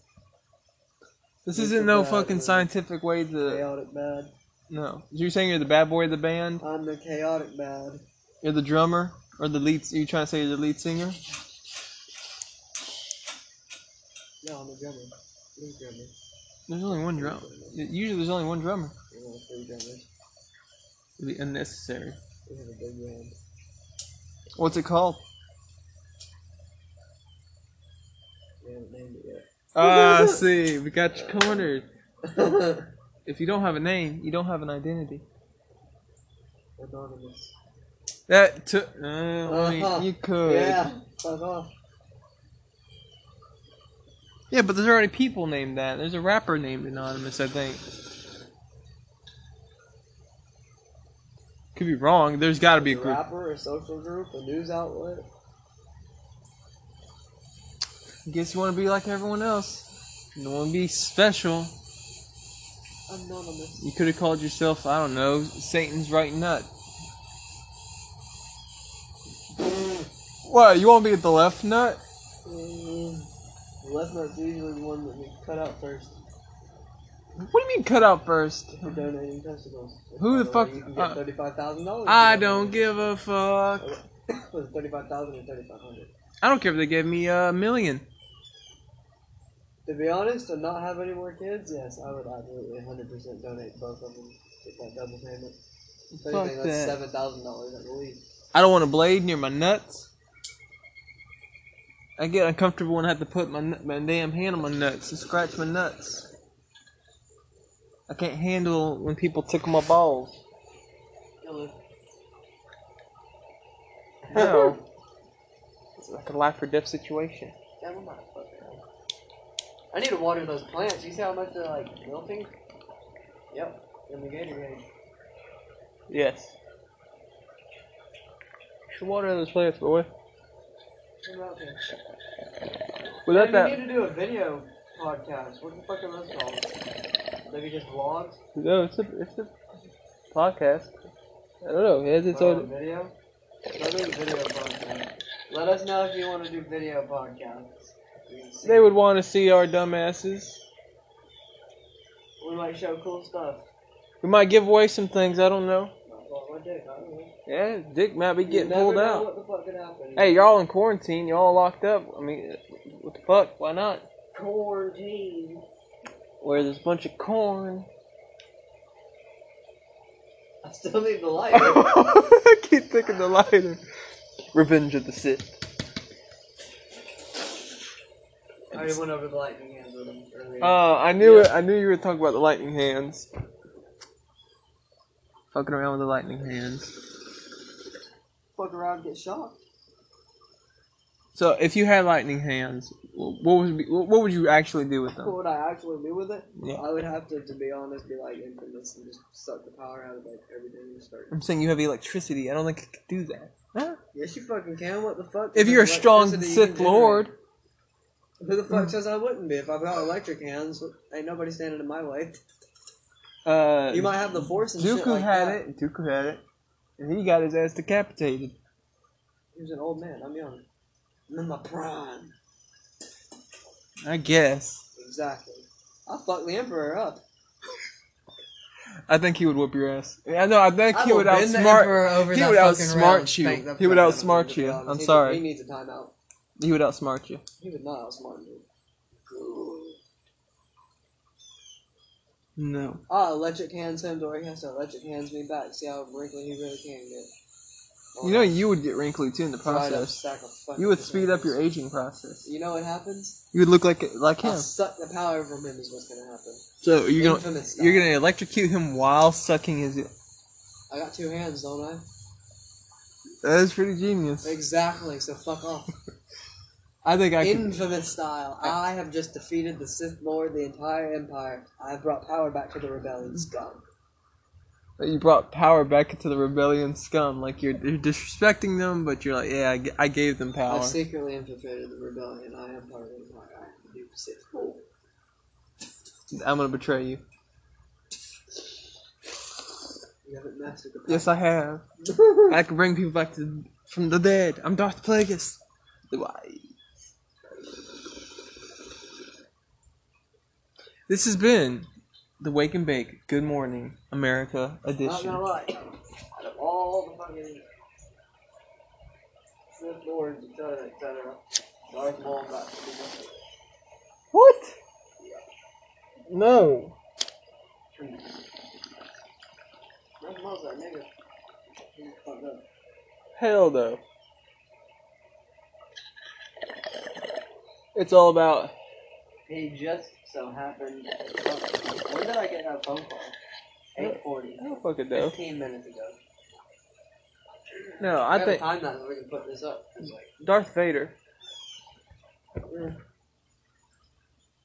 [SPEAKER 1] This
[SPEAKER 2] You're
[SPEAKER 1] isn't
[SPEAKER 2] the
[SPEAKER 1] no
[SPEAKER 2] bad
[SPEAKER 1] fucking
[SPEAKER 2] one.
[SPEAKER 1] scientific way to.
[SPEAKER 2] chaotic bad.
[SPEAKER 1] No, you're saying you're the bad boy of the band.
[SPEAKER 2] I'm the chaotic bad.
[SPEAKER 1] You're the drummer or the lead. Are you trying to say you're the lead singer?
[SPEAKER 2] No, I'm the drummer. Three drummers.
[SPEAKER 1] There's only one drum. Usually, there's only one drummer.
[SPEAKER 2] We're all three drummers.
[SPEAKER 1] It'd be unnecessary.
[SPEAKER 2] We have a big band.
[SPEAKER 1] What's it called?
[SPEAKER 2] We haven't named it yet.
[SPEAKER 1] Ah, see, we got you cornered.
[SPEAKER 2] Anonymous.
[SPEAKER 1] If you don't have a name, you don't have an identity. That took. Uh, I
[SPEAKER 2] Uh-huh.
[SPEAKER 1] mean, you could.
[SPEAKER 2] Yeah. Fuck off.
[SPEAKER 1] Yeah, but there's already people named that. There's a rapper named Anonymous, I think. Could be wrong. There's got to be a
[SPEAKER 2] A
[SPEAKER 1] group.
[SPEAKER 2] rapper, a social group, a news outlet.
[SPEAKER 1] Guess you want to be like everyone else. You don't want to be special.
[SPEAKER 2] Anonymous.
[SPEAKER 1] You could have called yourself, I don't know, Satan's right nut. What? You want to be at the left nut?
[SPEAKER 2] Mm, Left nut's usually the one that we cut out first
[SPEAKER 1] What do you mean cut out first?
[SPEAKER 2] for donating testicles.
[SPEAKER 1] Who the
[SPEAKER 2] By
[SPEAKER 1] fuck-
[SPEAKER 2] way, You can
[SPEAKER 1] uh,
[SPEAKER 2] get thirty-five thousand dollars.
[SPEAKER 1] I don't give a fuck.
[SPEAKER 2] Was thirty-five thousand or thirty-five hundred?
[SPEAKER 1] I don't care if they gave me a million.
[SPEAKER 2] To be honest, and not have any more kids, yes, I would absolutely hundred percent donate both of them. Get that double payment. If
[SPEAKER 1] Fuck
[SPEAKER 2] anything, that's
[SPEAKER 1] that.
[SPEAKER 2] seven thousand dollars at least.
[SPEAKER 1] I don't want a blade near my nuts. I get uncomfortable when I have to put my, nut- my damn hand on my nuts and scratch my nuts. I can't handle when people tickle my balls. No. it's like a life or death situation.
[SPEAKER 2] Damn, I'm not a fucking- I need to water those plants. You see how much they're like wilting? Yep, in the Gatorade.
[SPEAKER 1] Yes. Should water those plants, boy.
[SPEAKER 2] What about this?
[SPEAKER 1] Without
[SPEAKER 2] Maybe
[SPEAKER 1] that,
[SPEAKER 2] We need to do a video podcast. What the fuck are those called? Maybe just vlogs?
[SPEAKER 1] no, it's a it's a podcast. I don't know. It has its
[SPEAKER 2] Put on a
[SPEAKER 1] own.
[SPEAKER 2] video? Let's do a video podcast. Let us know if you want to do video podcasts. We can see.
[SPEAKER 1] They would want to see our dumbasses.
[SPEAKER 2] We might show cool stuff.
[SPEAKER 1] We might give away some things. I don't know.
[SPEAKER 2] That's what we're doing, I don't know.
[SPEAKER 1] Yeah, dick might be
[SPEAKER 2] You
[SPEAKER 1] getting
[SPEAKER 2] never
[SPEAKER 1] pulled
[SPEAKER 2] know
[SPEAKER 1] out.
[SPEAKER 2] What the fuck could happen?
[SPEAKER 1] Hey, y'all in quarantine. Y'all locked up. I mean, what the fuck? Why not?
[SPEAKER 2] quarantine.
[SPEAKER 1] Where there's a bunch of corn.
[SPEAKER 2] I still need the light.
[SPEAKER 1] I keep thinking the lighter. Revenge of the Sith.
[SPEAKER 2] I already went over the lightning hands with him earlier.
[SPEAKER 1] Uh, I knew it. I knew you were talking about the lightning hands. Fucking around with the lightning hands.
[SPEAKER 2] fuck around, get shocked.
[SPEAKER 1] So, if you had lightning hands, wh- what would be, wh- what would you actually do with
[SPEAKER 2] What
[SPEAKER 1] them?
[SPEAKER 2] would I actually do with it?
[SPEAKER 1] Yeah.
[SPEAKER 2] I would have to, to be honest, be like infamous and just suck the power out of like everything and start.
[SPEAKER 1] I'm saying you have electricity. I don't think you could do that. Huh?
[SPEAKER 2] Yes, you fucking can. What the fuck?
[SPEAKER 1] If
[SPEAKER 2] There's
[SPEAKER 1] you're a strong
[SPEAKER 2] electricity you
[SPEAKER 1] Sith
[SPEAKER 2] can
[SPEAKER 1] Lord,
[SPEAKER 2] generate. who the fuck
[SPEAKER 1] Mm.
[SPEAKER 2] says I wouldn't be? If I've got electric hands, ain't nobody standing in my way.
[SPEAKER 1] uh,
[SPEAKER 2] You might have the force and shit
[SPEAKER 1] Dooku
[SPEAKER 2] like
[SPEAKER 1] had
[SPEAKER 2] that.
[SPEAKER 1] it. Dooku had it, and he got his ass decapitated.
[SPEAKER 2] He was an old man. I'm young. I'm in my prime.
[SPEAKER 1] I guess.
[SPEAKER 2] Exactly. I fuck the emperor up.
[SPEAKER 1] I think he would whoop your ass. I know. I think he
[SPEAKER 2] will
[SPEAKER 1] would
[SPEAKER 2] bend the
[SPEAKER 1] outsmart.
[SPEAKER 2] emperor over
[SPEAKER 1] he
[SPEAKER 2] that
[SPEAKER 1] would
[SPEAKER 2] fucking
[SPEAKER 1] outsmart
[SPEAKER 2] rail and
[SPEAKER 1] you.
[SPEAKER 2] spank the
[SPEAKER 1] He would
[SPEAKER 2] fuck out of
[SPEAKER 1] outsmart
[SPEAKER 2] him, to be
[SPEAKER 1] you.
[SPEAKER 2] honest.
[SPEAKER 1] I'm
[SPEAKER 2] He-
[SPEAKER 1] sorry.
[SPEAKER 2] He needs a timeout.
[SPEAKER 1] He would outsmart you.
[SPEAKER 2] He would not outsmart me.
[SPEAKER 1] No.
[SPEAKER 2] Ah, electric hands him, or he has to electric hands me back. See how wrinkly he really can get. Oh,
[SPEAKER 1] You know, you would get wrinkly too in the
[SPEAKER 2] dried up
[SPEAKER 1] process.
[SPEAKER 2] sack of fucking
[SPEAKER 1] You would speed up your
[SPEAKER 2] potatoes.
[SPEAKER 1] aging process.
[SPEAKER 2] You know what happens?
[SPEAKER 1] You would look like like
[SPEAKER 2] I'll
[SPEAKER 1] him.
[SPEAKER 2] suck the power from him is what's gonna happen.
[SPEAKER 1] So you're gonna
[SPEAKER 2] Infamous style.
[SPEAKER 1] you're gonna electrocute him while sucking his.
[SPEAKER 2] I got two hands, don't I?
[SPEAKER 1] That is pretty genius.
[SPEAKER 2] Exactly. So fuck off.
[SPEAKER 1] I think I could.
[SPEAKER 2] Infamous style. I have just defeated the Sith Lord, the entire Empire. I have brought power back to the rebellion. Scum.
[SPEAKER 1] that you brought power back into the rebellion scum. Like you're, you're disrespecting them, but you're like, yeah, I, g- I gave them
[SPEAKER 2] I
[SPEAKER 1] power.
[SPEAKER 2] secretly infiltrated the rebellion. I am part of the Empire. I am the new Pacific.
[SPEAKER 1] I'm gonna betray you.
[SPEAKER 2] You haven't mastered the
[SPEAKER 1] Yes, I have. I can bring people back to, from the dead. I'm Darth Plagueis. Why? This has been the Wake and Bake Good Morning America
[SPEAKER 2] Not
[SPEAKER 1] edition.
[SPEAKER 2] gonna lie. Out of all the fucking Sith lords, etc., etc., Darth Maul got to be nothing.
[SPEAKER 3] What? No.
[SPEAKER 2] Darth Maul's our nigga. He's fucked up.
[SPEAKER 3] Hell no. It's all about
[SPEAKER 2] He just so happened. When did I get that phone call? Eight forty.
[SPEAKER 3] I don't fucking know.
[SPEAKER 2] Fifteen minutes ago.
[SPEAKER 1] No,
[SPEAKER 2] I
[SPEAKER 1] I
[SPEAKER 2] gotta
[SPEAKER 1] think
[SPEAKER 2] time that so we can put this up. It's like,
[SPEAKER 3] Darth Vader.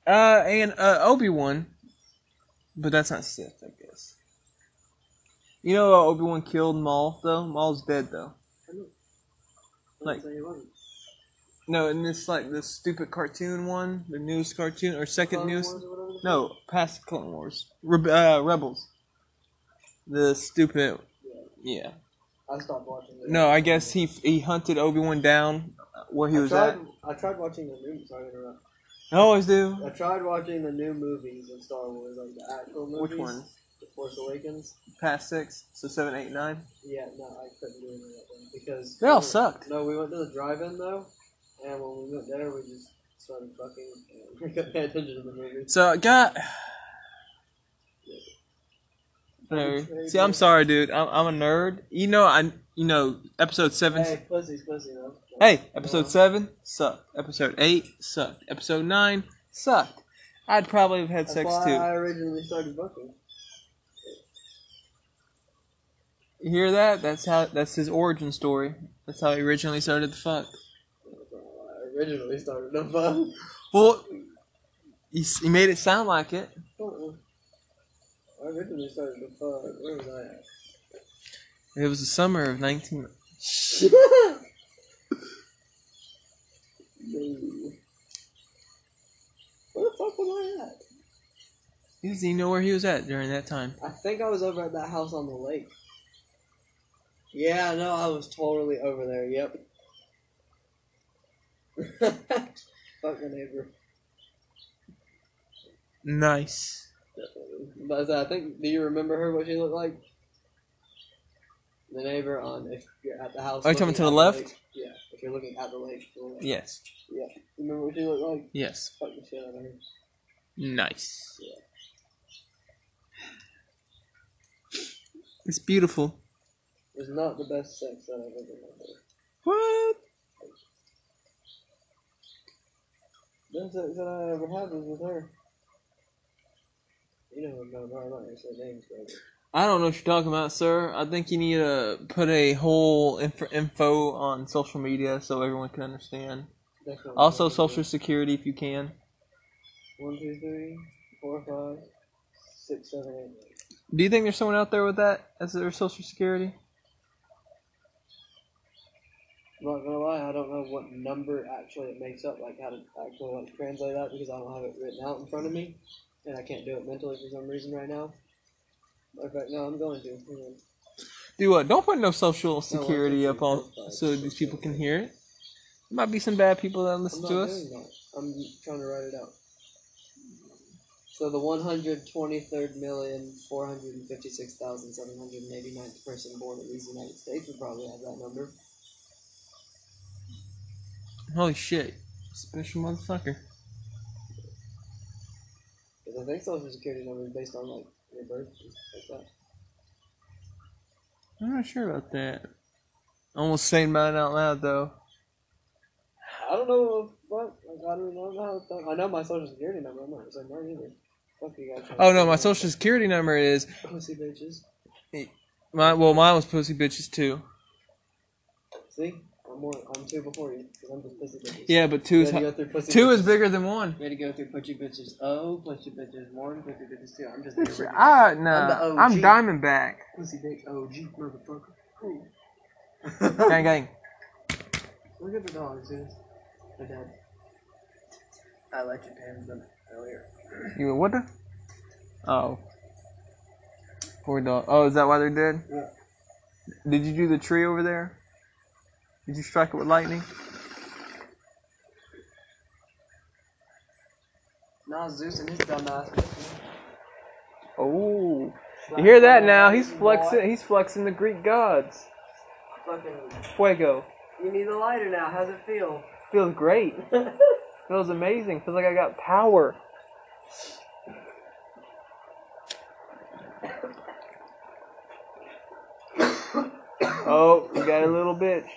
[SPEAKER 1] uh and uh Obi Wan, but that's not Sith, I guess. You know uh, Obi Wan killed Maul though. Maul's dead though. Like-
[SPEAKER 2] so he wasn't.
[SPEAKER 1] No, in this like this stupid cartoon one, the newest cartoon or second
[SPEAKER 2] Clone
[SPEAKER 1] newest.
[SPEAKER 2] Wars or whatever the fuck?
[SPEAKER 1] No, past Clone Wars. Rebe- uh, Rebels. The stupid. Yeah.
[SPEAKER 2] I stopped watching it.
[SPEAKER 1] No, I guess he he hunted Obi Wan down where he
[SPEAKER 2] I
[SPEAKER 1] was
[SPEAKER 2] tried,
[SPEAKER 1] at.
[SPEAKER 2] I tried watching the new. Sorry to interrupt.
[SPEAKER 1] I always do.
[SPEAKER 2] I tried watching the new movies of Star Wars, like the actual movies.
[SPEAKER 1] Which ones?
[SPEAKER 2] The Force Awakens.
[SPEAKER 1] Past six, so seven, eight, nine.
[SPEAKER 2] Yeah, no, I couldn't do any of that one because
[SPEAKER 1] They all
[SPEAKER 2] we went-
[SPEAKER 1] sucked.
[SPEAKER 2] No, we went to the drive-in though, and when we went there, we just started fucking. And we couldn't pay attention to the movies.
[SPEAKER 1] So I got. No. See, I'm sorry, dude. I'm, I'm a nerd. You know, I you know episode seven.
[SPEAKER 2] Hey, pussy's pussy though.
[SPEAKER 1] Hey, episode seven sucked. Episode eight sucked. Episode nine sucked. I'd probably have had
[SPEAKER 2] That's
[SPEAKER 1] sex
[SPEAKER 2] why
[SPEAKER 1] too.
[SPEAKER 2] I originally started fucking.
[SPEAKER 1] You hear that? That's how. That's his origin story. That's how he originally started the fuck.
[SPEAKER 2] That's why I originally started the fun.
[SPEAKER 1] Well, he, s- he made it sound like it.
[SPEAKER 2] I originally started the fun. Where was I at?
[SPEAKER 1] It was the summer of nineteen.
[SPEAKER 2] No. Where the fuck was I at?
[SPEAKER 1] He doesn't even know where he was at during that time.
[SPEAKER 2] I think I was over at that house on the lake. Yeah, no, I was totally over there. Yep. Fuck my neighbor.
[SPEAKER 1] Nice.
[SPEAKER 2] But I said, I think, do you remember her? What she looked like? The neighbor on if you're at the house.
[SPEAKER 1] Are you talking
[SPEAKER 2] looking
[SPEAKER 1] to the
[SPEAKER 2] at
[SPEAKER 1] left?
[SPEAKER 2] lake. yeah, if you're looking at the lake. to the left.
[SPEAKER 1] Yes.
[SPEAKER 2] Remember what she looked like?
[SPEAKER 1] Yes.
[SPEAKER 2] Fuck the shit out of her.
[SPEAKER 1] Nice. It's beautiful.
[SPEAKER 2] It was not the best sex that I've ever had.
[SPEAKER 1] What?
[SPEAKER 2] Best sex that I ever had was with her. You don't remember, I'm not gonna say names, but
[SPEAKER 1] I don't know what you're talking about, sir. I think you need to put a whole inf- info on social media so everyone can understand.
[SPEAKER 2] definitely.
[SPEAKER 1] Also,
[SPEAKER 2] remember.
[SPEAKER 1] social security if you can.
[SPEAKER 2] One, two, three, four, five, six, seven, eight, nine.
[SPEAKER 1] Do you think there's someone out there with that as their social security?
[SPEAKER 2] I'm not gonna lie, I don't know what number actually it makes up, like how to actually like translate that because I don't have it written out in front of me, and I can't do it mentally for some reason right now. Matter of fact, no, I'm going to. Hang on.
[SPEAKER 1] Do what? Don't put no social security
[SPEAKER 2] think
[SPEAKER 1] up on
[SPEAKER 2] it's
[SPEAKER 1] so
[SPEAKER 2] like
[SPEAKER 1] these
[SPEAKER 2] social
[SPEAKER 1] people can
[SPEAKER 2] security.
[SPEAKER 1] hear it. There might be some bad people that
[SPEAKER 2] I'm
[SPEAKER 1] listen
[SPEAKER 2] not
[SPEAKER 1] to
[SPEAKER 2] doing
[SPEAKER 1] us.
[SPEAKER 2] that. I'm trying to write it out. So the 123,456,789th person born in these United States would probably have that number.
[SPEAKER 1] Holy shit. Special motherfucker.
[SPEAKER 2] Because I think Social Security number is based on like your birth, and stuff like that.
[SPEAKER 1] I'm not sure about that. Almost saying mine out loud though.
[SPEAKER 2] I don't know what. Like, I don't know how. It's done. I know my social security number. I'm not saying mine either. Fuck you guys.
[SPEAKER 1] Oh no, my social security number is
[SPEAKER 2] Pussy bitches.
[SPEAKER 1] my well mine was pussy bitches too.
[SPEAKER 2] See, I'm I'm, more, I'm two before you. 'cause I'm just pussy bitches.
[SPEAKER 1] Yeah, but
[SPEAKER 2] We
[SPEAKER 1] two is
[SPEAKER 2] had to
[SPEAKER 1] hi-
[SPEAKER 2] go through pussy
[SPEAKER 1] two
[SPEAKER 2] bitches.
[SPEAKER 1] is bigger than one.
[SPEAKER 2] We had to go through pussy bitches. Oh, pussy bitches. One pussy bitches. Two. I'm just the original
[SPEAKER 1] Ah,
[SPEAKER 2] I'm
[SPEAKER 1] no,
[SPEAKER 2] the
[SPEAKER 1] I'm
[SPEAKER 2] OG.
[SPEAKER 1] Diamondback.
[SPEAKER 2] pussy bitch. OG motherfucker. Cool.
[SPEAKER 1] gang, gang.
[SPEAKER 2] Look at the dogs, dude. They're dead. I let you pan them earlier.
[SPEAKER 1] You were what the? Oh. Poor dog. Oh, is that why they're dead?
[SPEAKER 2] Yeah.
[SPEAKER 1] Did you do the tree over there? Did you strike it with lightning?
[SPEAKER 2] Nah, Zeus and his dumbass.
[SPEAKER 1] Oh. You hear that now? He's flexing. He's flexing the Greek gods.
[SPEAKER 2] Fucking.
[SPEAKER 1] Fuego.
[SPEAKER 2] You need a lighter now. How's it feel?
[SPEAKER 1] Feels great. Feels amazing. Feels like I got power. oh, we got a little bitch.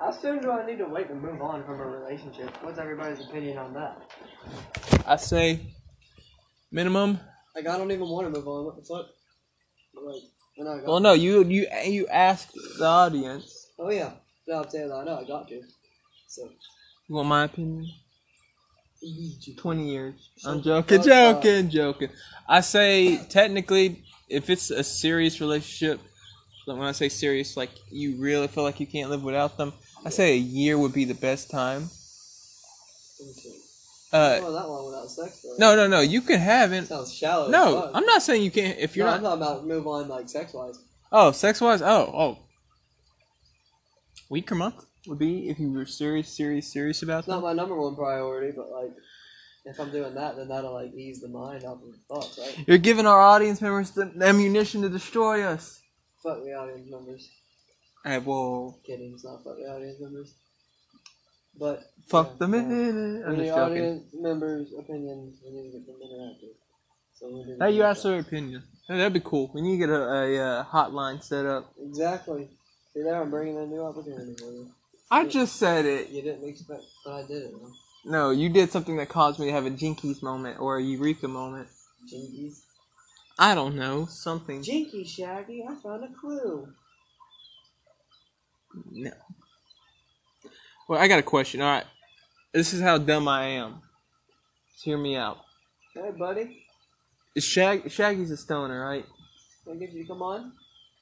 [SPEAKER 2] How soon do I need to wait to move on from a relationship? What's everybody's opinion on that?
[SPEAKER 1] I say minimum.
[SPEAKER 2] Like, I don't even want to move on. What the fuck? But, like, I know I got
[SPEAKER 1] Well, no, you you you asked the audience.
[SPEAKER 2] Oh, yeah. No, I'm saying that. I know I got to. So.
[SPEAKER 1] You want my opinion? Twenty years. I'm joking,
[SPEAKER 2] Shut up.
[SPEAKER 1] joking, joking. I say technically, if it's a serious relationship, like when I say serious, like you really feel like you can't live without them, I say a year would be the best time. Uh,
[SPEAKER 2] oh, that one without sex, though.
[SPEAKER 1] no, no, no. You can have it.
[SPEAKER 2] Sounds shallow. as
[SPEAKER 1] No,
[SPEAKER 2] fuck.
[SPEAKER 1] I'm not saying you can't. If you're
[SPEAKER 2] No,
[SPEAKER 1] not,
[SPEAKER 2] I'm talking about move on, like, sex wise.
[SPEAKER 1] Oh, sex wise? Oh, oh. Week or month would be if you were serious, serious, serious about
[SPEAKER 2] It's not
[SPEAKER 1] them.
[SPEAKER 2] my number one priority, but, like, if I'm doing that, then that'll, like, ease the mind off of the thoughts, right?
[SPEAKER 1] You're giving our audience members the ammunition to destroy us.
[SPEAKER 2] Fuck the audience members.
[SPEAKER 1] Hey, well,
[SPEAKER 2] Kidding, it's not fuck the audience members. But
[SPEAKER 1] fuck the
[SPEAKER 2] yeah, yeah.
[SPEAKER 1] minute. I'm
[SPEAKER 2] Any
[SPEAKER 1] just joking.
[SPEAKER 2] audience members' opinions, we need to get them interactive. So we need to
[SPEAKER 1] Hey, you
[SPEAKER 2] do
[SPEAKER 1] asked
[SPEAKER 2] that.
[SPEAKER 1] their opinion. Hey, that'd be cool. We need to get a, a, uh hotline set up.
[SPEAKER 2] Exactly. See there, I'm bringing a new opportunity for you.
[SPEAKER 1] I just said it.
[SPEAKER 2] You didn't expect, but I did it. Huh?
[SPEAKER 1] No, you did something that caused me to have a jinkies moment or a eureka moment.
[SPEAKER 2] Jinkies.
[SPEAKER 1] I don't know. Something.
[SPEAKER 2] Jinky Shaggy, I found a clue.
[SPEAKER 1] No. Well, I got a question. All right. This is how dumb I am. Just hear me out.
[SPEAKER 2] Hey, buddy,
[SPEAKER 1] Is Shag- Shaggy's a stoner, right?
[SPEAKER 2] can I get you to come on?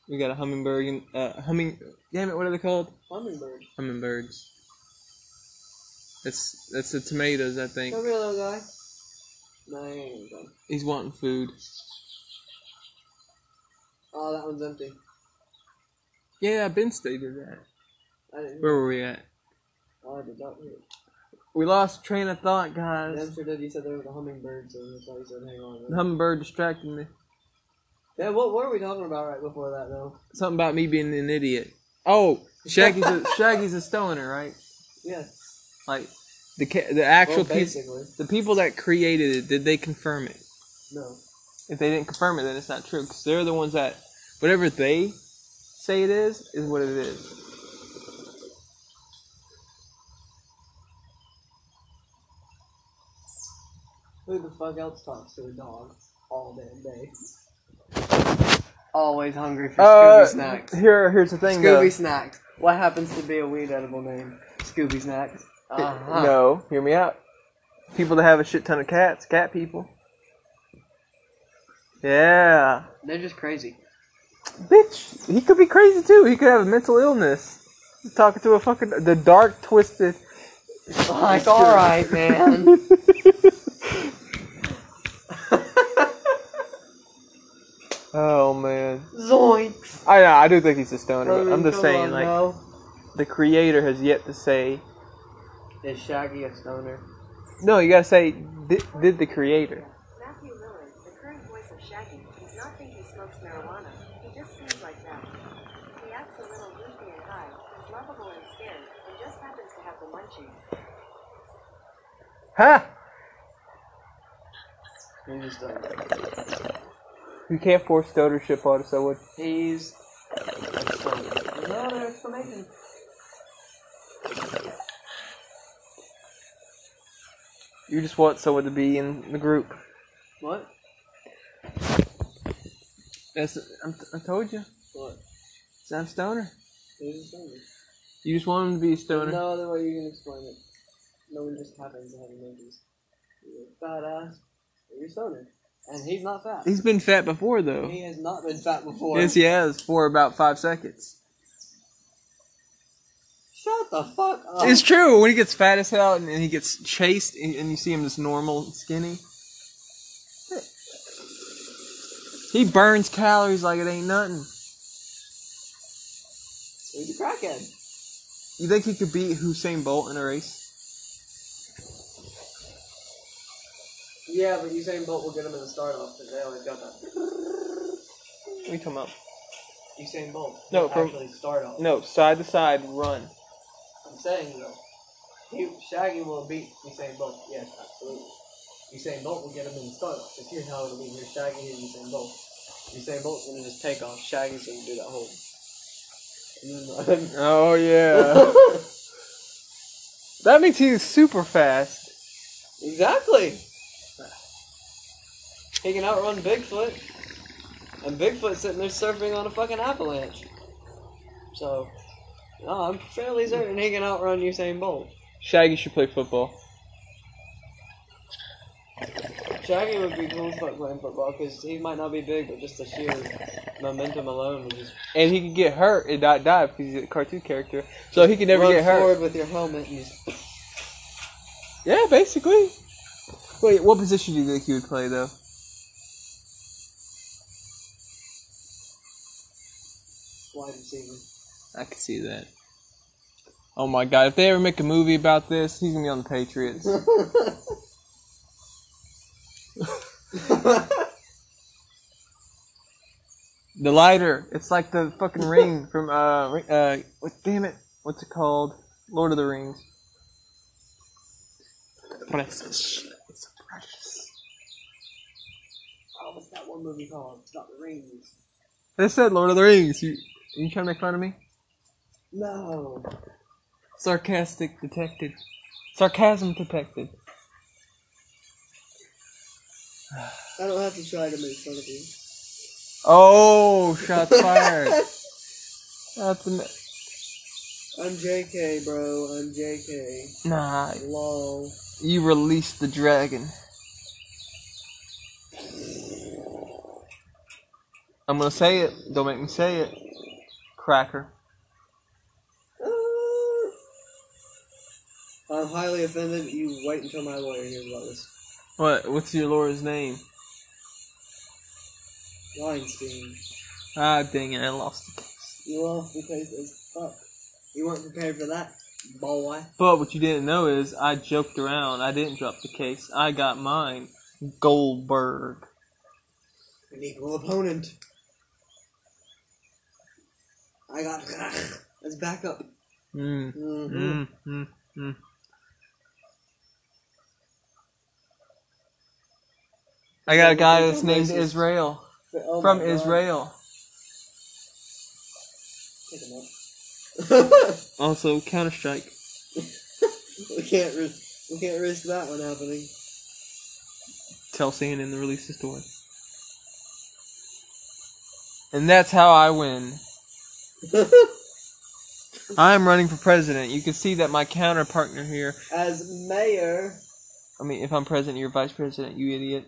[SPEAKER 1] We got a hummingbird and uh, humming. Damn it! What are they called?
[SPEAKER 2] Hummingbird.
[SPEAKER 1] Hummingbirds. That's that's the tomatoes, I think.
[SPEAKER 2] Come here, little guy. No, I ain't gonna come.
[SPEAKER 1] He's wanting food.
[SPEAKER 2] Oh, that one's empty.
[SPEAKER 1] Yeah, Ben stated that.
[SPEAKER 2] I didn't.
[SPEAKER 1] Where were we at?
[SPEAKER 2] Oh, I did not hear it.
[SPEAKER 1] We lost train of thought, guys.
[SPEAKER 2] Damn sure did. He said there was a hummingbird, so that's why he said hang on.
[SPEAKER 1] The hummingbird distracted me.
[SPEAKER 2] Yeah, what were we talking about right before that though?
[SPEAKER 1] Something about me being an idiot. Oh, Shaggy's a, Shaggy's a stoner, right?
[SPEAKER 2] Yeah.
[SPEAKER 1] Like the ca- the actual
[SPEAKER 2] Well,
[SPEAKER 1] people,
[SPEAKER 2] basically,
[SPEAKER 1] the people that created it, did they confirm it?
[SPEAKER 2] no.
[SPEAKER 1] if they didn't confirm it, then it's not true because they're the ones that whatever they say it is is what it is.
[SPEAKER 2] Who the fuck else talks to a dog all damn day? Always hungry for Scooby snacks.
[SPEAKER 1] Uh, here, here's the thing,
[SPEAKER 2] Scooby snacks. What happens to be a weed edible name? Scooby snacks. Uh-huh.
[SPEAKER 1] No, hear me out. People that have a shit ton of cats, cat people. Yeah,
[SPEAKER 2] They're just crazy.
[SPEAKER 1] bitch. He could be crazy too. He could have a mental illness. He's talking to a fucking the dark twisted.
[SPEAKER 2] Like, all right, man.
[SPEAKER 1] oh man.
[SPEAKER 2] Zoinks.
[SPEAKER 1] I know. I do think he's a stoner.
[SPEAKER 2] I
[SPEAKER 1] But
[SPEAKER 2] mean,
[SPEAKER 1] I'm just
[SPEAKER 2] come
[SPEAKER 1] saying,
[SPEAKER 2] on
[SPEAKER 1] like
[SPEAKER 2] now.
[SPEAKER 1] the creator has yet to say.
[SPEAKER 2] Is Shaggy a stoner?
[SPEAKER 1] No, you gotta say did, did the creator.
[SPEAKER 4] Matthew Lillard, the current voice of Shaggy, does not think he smokes marijuana. He just seems like that. He acts a little goofy and high, is lovable and scared, and just happens to have the munchies.
[SPEAKER 1] Huh?
[SPEAKER 2] He's a stoner.
[SPEAKER 1] You can't force stonership on us, I would.
[SPEAKER 2] He's a stoner. There's no other explanation.
[SPEAKER 1] You
[SPEAKER 3] You just want someone to be in the group.
[SPEAKER 2] What?
[SPEAKER 1] That's I'm, I told you.
[SPEAKER 2] What?
[SPEAKER 1] Sam Stoner.
[SPEAKER 2] Who's this over?
[SPEAKER 1] You just want him to be a stoner.
[SPEAKER 2] No other way you can explain it. No one just happens to have emojis. You're fat ass. or You're stoner. And he's not fat.
[SPEAKER 1] He's been fat before though.
[SPEAKER 2] He has not been fat before.
[SPEAKER 1] Yes, he has for about five seconds.
[SPEAKER 2] Shut the fuck up.
[SPEAKER 1] It's true. When he gets fat as hell and, and he gets chased, and, and you see him just normal, skinny. He burns calories like it ain't nothing.
[SPEAKER 2] he's a crackhead.
[SPEAKER 1] You think he could beat Hussein Bolt in a race?
[SPEAKER 2] Yeah, but Usain Bolt will get him in the start off because they always got that.
[SPEAKER 1] Let me come up.
[SPEAKER 2] Usain Bolt.
[SPEAKER 1] No,
[SPEAKER 2] will
[SPEAKER 1] from-
[SPEAKER 2] actually start off.
[SPEAKER 1] No, side to side, run.
[SPEAKER 2] I'm saying though, he, Shaggy will beat Usain Bolt. Yes, absolutely. Usain Bolt will get him in the start off. If here's how it'll be. Here's Shaggy. Here's Usain Bolt. Usain Bolt's gonna just take off. Shaggy's gonna do that whole. And then
[SPEAKER 1] Oh yeah. that makes you super fast.
[SPEAKER 2] Exactly. He can outrun Bigfoot, and Bigfoot's sitting there surfing on a fucking avalanche. So, no, I'm fairly certain he can outrun Usain Bolt.
[SPEAKER 1] Shaggy should play football.
[SPEAKER 2] Shaggy would be cool as fuck playing football because he might not be big, but just the sheer momentum alone would just
[SPEAKER 1] And he could get hurt and not die because he's a cartoon character. So he could never
[SPEAKER 2] run
[SPEAKER 1] get hurt.
[SPEAKER 2] forward with your helmet and just
[SPEAKER 1] Yeah, basically. Wait, what position do you think he would play though?
[SPEAKER 2] wide receiver.
[SPEAKER 1] I could see that. Oh my god, if they ever make a movie about this, he's gonna be on the Patriots. the lighter. It's like the fucking ring from uh ri- uh what damn it. What's it called? Lord of the Rings. Precious. It's precious.
[SPEAKER 2] oh, what's that one movie called? It's got the rings.
[SPEAKER 1] They said Lord of the Rings. You you trying to make fun of me?
[SPEAKER 2] No.
[SPEAKER 1] Sarcastic detected. Sarcasm detected.
[SPEAKER 2] I don't have to try to make fun of you.
[SPEAKER 1] Oh, shots fired. That's am-
[SPEAKER 2] I'm JK, bro. I'm JK.
[SPEAKER 1] nah.
[SPEAKER 2] Lol.
[SPEAKER 1] You released the dragon. I'm gonna say it. Don't make me say it. Cracker.
[SPEAKER 2] Ah. I'm highly offended. You wait until my lawyer hears about this.
[SPEAKER 1] What? What's your Laura's name?
[SPEAKER 2] Weinstein.
[SPEAKER 1] Ah, dang it! I lost the case.
[SPEAKER 2] You lost the case as fuck. You weren't prepared for that, boy.
[SPEAKER 1] But what you didn't know is I joked around. I didn't drop the case. I got mine. Goldberg.
[SPEAKER 2] An equal opponent. I got as backup.
[SPEAKER 1] Mm.
[SPEAKER 2] Mm-hmm.
[SPEAKER 1] Mm, mm, mm. I got a guy that's named Israel.
[SPEAKER 2] Oh
[SPEAKER 1] From
[SPEAKER 2] my God.
[SPEAKER 1] Israel.
[SPEAKER 2] Take him out.
[SPEAKER 1] Also, Counter Strike.
[SPEAKER 2] we can't risk. We can't risk that one happening.
[SPEAKER 1] Tell Sand in the release this story. And that's how I win. I'm running for president. You can see that my counter partner here.
[SPEAKER 2] as mayor.
[SPEAKER 1] I mean, if I'm president, you're vice president, you idiot.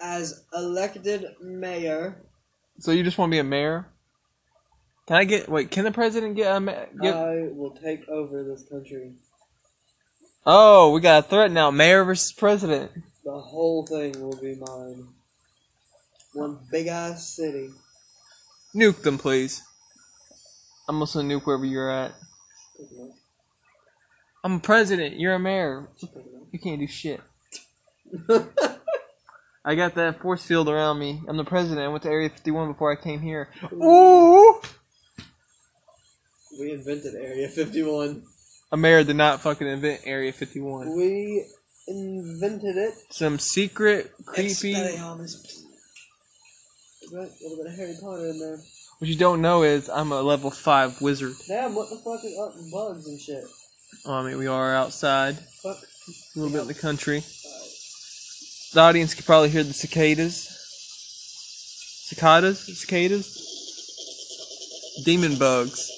[SPEAKER 2] as elected mayor.
[SPEAKER 1] So you just want to be a mayor? Can I get. Wait, can the president get a ma- get,
[SPEAKER 2] I will take over this country.
[SPEAKER 1] Oh, we got a threat now. Mayor versus president.
[SPEAKER 2] The whole thing will be mine. One big ass city.
[SPEAKER 1] Nuke them, please. I'm also nuke wherever you're at. I'm a president. You're a mayor. You can't do shit. I got that force field around me. I'm the president. I went to Area 51 before I came here. Ooh!
[SPEAKER 2] We invented Area 51.
[SPEAKER 1] A mayor did not fucking invent Area 51.
[SPEAKER 2] We invented it.
[SPEAKER 1] Some secret, creepy.
[SPEAKER 2] Expelliarmus. Is that a little bit of Harry Potter in there?
[SPEAKER 1] What you don't know is I'm a level 5 wizard.
[SPEAKER 2] Damn, what the fuck is up with bugs and shit?
[SPEAKER 1] Well, I mean, we are outside,
[SPEAKER 2] Fuck.
[SPEAKER 1] a little bit in the country. The audience could probably hear the cicadas. Cicadas? Cicadas? Demon bugs.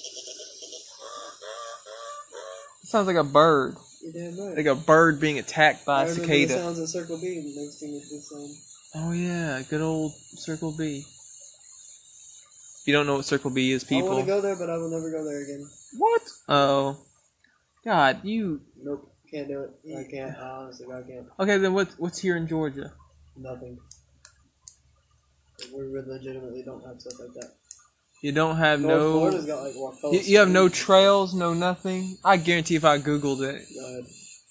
[SPEAKER 1] sounds like a bird.
[SPEAKER 2] You're damn right.
[SPEAKER 1] Like a bird being attacked by
[SPEAKER 2] I
[SPEAKER 1] a
[SPEAKER 2] remember
[SPEAKER 1] cicada.
[SPEAKER 2] The sounds of Circle B. and The next thing is this sound.
[SPEAKER 1] Oh yeah, good old Circle B. If you don't know what Circle B is,
[SPEAKER 2] I want
[SPEAKER 1] people.
[SPEAKER 2] to go there, but I will never go there again.
[SPEAKER 1] What? Oh, God, you.
[SPEAKER 2] Nope. Can't do it. I can't. I honestly, I can't.
[SPEAKER 1] Okay, then what's what's here in Georgia?
[SPEAKER 2] Nothing. We legitimately don't have stuff like that.
[SPEAKER 1] You don't have
[SPEAKER 2] North
[SPEAKER 1] no.
[SPEAKER 2] Florida's got like Wacola
[SPEAKER 1] You, you have no
[SPEAKER 2] Springs.
[SPEAKER 1] trails, no nothing. I guarantee if I googled it,
[SPEAKER 2] God,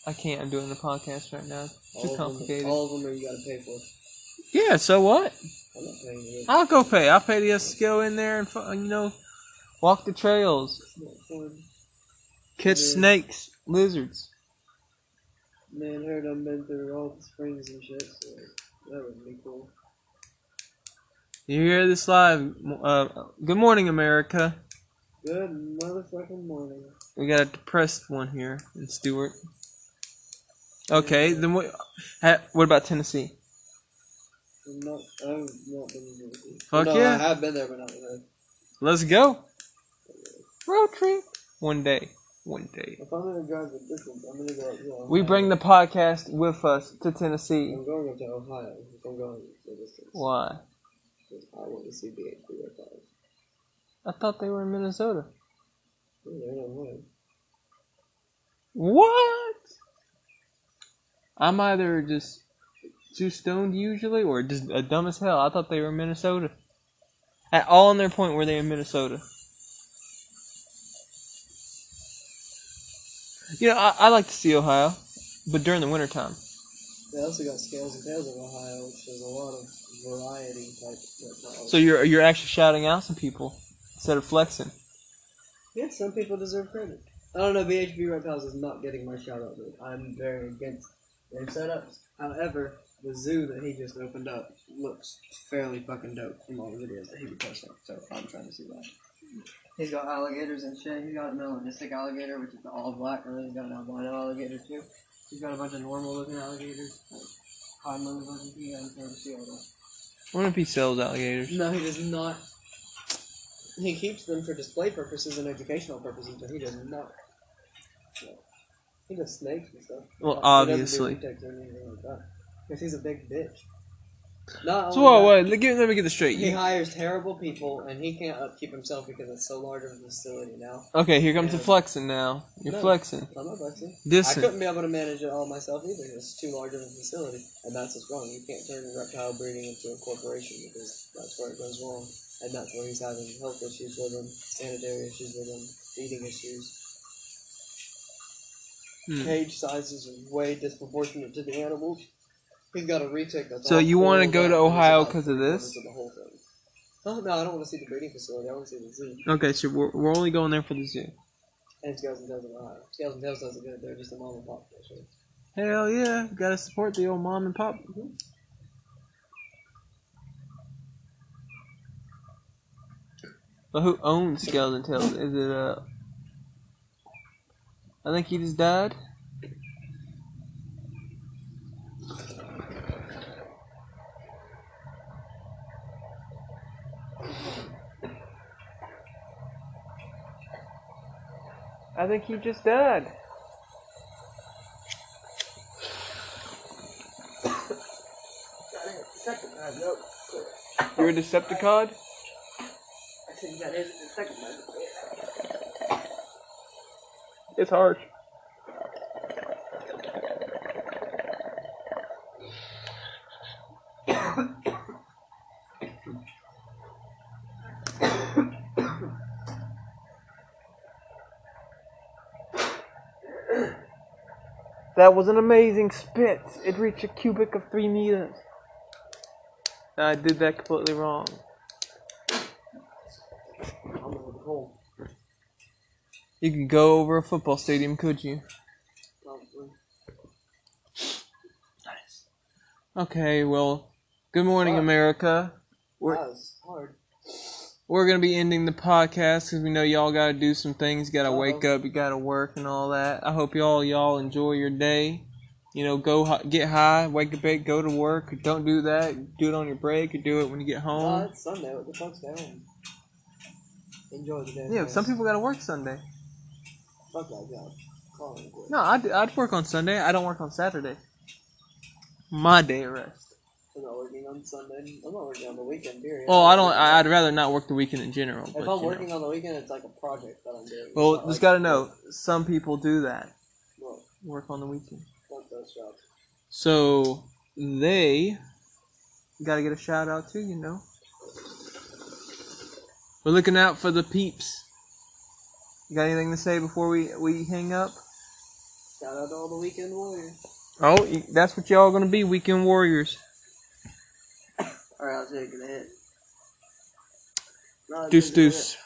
[SPEAKER 1] I can't. I'm doing the podcast right now. It's
[SPEAKER 2] all
[SPEAKER 1] too
[SPEAKER 2] of
[SPEAKER 1] complicated.
[SPEAKER 2] Them, all of them are you gotta pay for.
[SPEAKER 1] Yeah. So what?
[SPEAKER 2] I'm not paying for it.
[SPEAKER 1] I'll go pay. I'll pay to just go in there and fu- you know, walk the trails,
[SPEAKER 2] It's not fun.
[SPEAKER 1] catch
[SPEAKER 2] Yeah.
[SPEAKER 1] snakes, lizards.
[SPEAKER 2] Man, I heard I've been through all the springs and shit, so that would be cool.
[SPEAKER 1] You hear this live? Uh, good morning, America.
[SPEAKER 2] Good motherfucking morning.
[SPEAKER 1] We got a depressed one here in Stewart. Okay, then what? Ha, what about Tennessee?
[SPEAKER 2] I'm not, I've not been in Tennessee.
[SPEAKER 1] Fuck
[SPEAKER 2] no,
[SPEAKER 1] yeah.
[SPEAKER 2] I have been there, but not there.
[SPEAKER 1] Let's go. Road trip. One day. One day.
[SPEAKER 2] If I'm gonna drive the distance, I'm gonna go. You know,
[SPEAKER 1] We bring the podcast with us to Tennessee.
[SPEAKER 2] I'm going up to Ohio. If I'm going the distance,
[SPEAKER 1] Why?
[SPEAKER 2] I want to see the HB Archives.
[SPEAKER 1] I thought they were in Minnesota.
[SPEAKER 2] They're in Ohio.
[SPEAKER 1] What? I'm either just too stoned usually or just a dumb as hell. I thought they were in Minnesota. At all in their point were they in Minnesota. You know, I, I like to see Ohio, but during the wintertime.
[SPEAKER 2] They also got Scales and Tales of Ohio, which is a lot of variety type reptiles.
[SPEAKER 1] So you're you're actually shouting out some people instead of flexing.
[SPEAKER 2] yeah, some people deserve credit. I don't know, VHB Reptiles is not getting my shout out, dude. I'm very against their setups. However, the zoo that he just opened up looks fairly fucking dope from all the videos that he was posting, so I'm trying to see that. He's got alligators and shit. He's got a melanistic alligator, which is all black, and then he's got an albino alligator too. He's got a bunch of normal looking alligators, like common looking. He has never see all that.
[SPEAKER 1] I wonder if he sells alligators.
[SPEAKER 2] No, he does not. He keeps them for display purposes and educational purposes, but he does not. No. He does snakes and stuff.
[SPEAKER 1] Well,
[SPEAKER 2] He doesn't do
[SPEAKER 1] obviously.
[SPEAKER 2] insects or anything like that. Because he's a big bitch. Not
[SPEAKER 1] So
[SPEAKER 2] only
[SPEAKER 1] whoa,
[SPEAKER 2] that,
[SPEAKER 1] whoa, let, get- let me get this straight.
[SPEAKER 2] He
[SPEAKER 1] You,
[SPEAKER 2] hires terrible people, and he can't upkeep himself because it's so large of a facility now.
[SPEAKER 1] okay, here comes the flexing now. You're
[SPEAKER 2] No.
[SPEAKER 1] flexing.
[SPEAKER 2] I'm not flexing. I
[SPEAKER 1] Dissing.
[SPEAKER 2] couldn't be able to manage it all myself either. It's too large of a facility, and that's what's wrong. You can't turn reptile breeding into a corporation because that's where it goes wrong, and that's where he's having health issues with him, sanitary issues with him, feeding issues.
[SPEAKER 1] Hmm.
[SPEAKER 2] Cage sizes are way disproportionate to the animals. He's got a retake that's
[SPEAKER 1] So
[SPEAKER 2] all
[SPEAKER 1] you wanna
[SPEAKER 2] foiled
[SPEAKER 1] go to
[SPEAKER 2] up, and it's
[SPEAKER 1] Ohio
[SPEAKER 2] about
[SPEAKER 1] 'cause of
[SPEAKER 2] three
[SPEAKER 1] this?
[SPEAKER 2] quarters The whole thing. Oh, no, I don't want to see the breeding facility. I want to see the zoo.
[SPEAKER 1] Okay, so we're, we're only going there for the zoo.
[SPEAKER 2] And Scales and Tails in Ohio. Scales and Tails doesn't good. They're just a mom and pop. that's it.
[SPEAKER 1] Hell yeah, gotta support the old mom and pop. But who owns Skeleton Tales? Is it uh? I think he just died. I think he just died. You're a Decepticon? It's harsh. That was an amazing spit. It reached a cubic of three meters. I did that completely wrong.
[SPEAKER 2] I'm gonna go home.
[SPEAKER 1] You could go over a football stadium, could you?
[SPEAKER 2] Probably.
[SPEAKER 1] Okay, well, good morning, America. We're-
[SPEAKER 2] That was hard.
[SPEAKER 1] We're gonna be ending the podcast because we know y'all gotta do some things. You gotta
[SPEAKER 2] Uh-oh.
[SPEAKER 1] wake up. You gotta work and all that. I hope y'all y'all enjoy your day. You know, go hi- get high, wake up, late, go to work. Don't do that. Do it on your break or do it when you get
[SPEAKER 2] Nah,
[SPEAKER 1] home.
[SPEAKER 2] Oh, it's Sunday. What the fuck's going on? Enjoy the day.
[SPEAKER 1] Yeah,
[SPEAKER 2] man.
[SPEAKER 1] some people gotta work Sunday.
[SPEAKER 2] Fuck that job. Call it quits.
[SPEAKER 1] No, I'd, I'd work on Sunday. I don't work on Saturday. My day of rest.
[SPEAKER 2] I'm not working on Sunday. I'm not working on the weekend, period.
[SPEAKER 1] Well, Oh, I don't. I- I'd rather not work the weekend in general. But,
[SPEAKER 2] If
[SPEAKER 1] you
[SPEAKER 2] I'm
[SPEAKER 1] know.
[SPEAKER 2] working on the weekend, it's like a project that I'm doing.
[SPEAKER 1] well,
[SPEAKER 2] It's not
[SPEAKER 1] just
[SPEAKER 2] like-
[SPEAKER 1] gotta know. Some people do that.
[SPEAKER 2] Well,
[SPEAKER 1] Work on the weekend.
[SPEAKER 2] fuck those jobs.
[SPEAKER 1] So they gotta get a shout out too, you know. We're looking out for the peeps. You got anything to say before we we hang up?
[SPEAKER 2] Shout out to all the weekend warriors.
[SPEAKER 1] Oh, y- that's what y'all gonna be, weekend warriors.
[SPEAKER 2] Alright, I'll take it. No,
[SPEAKER 1] Deuce, deuce.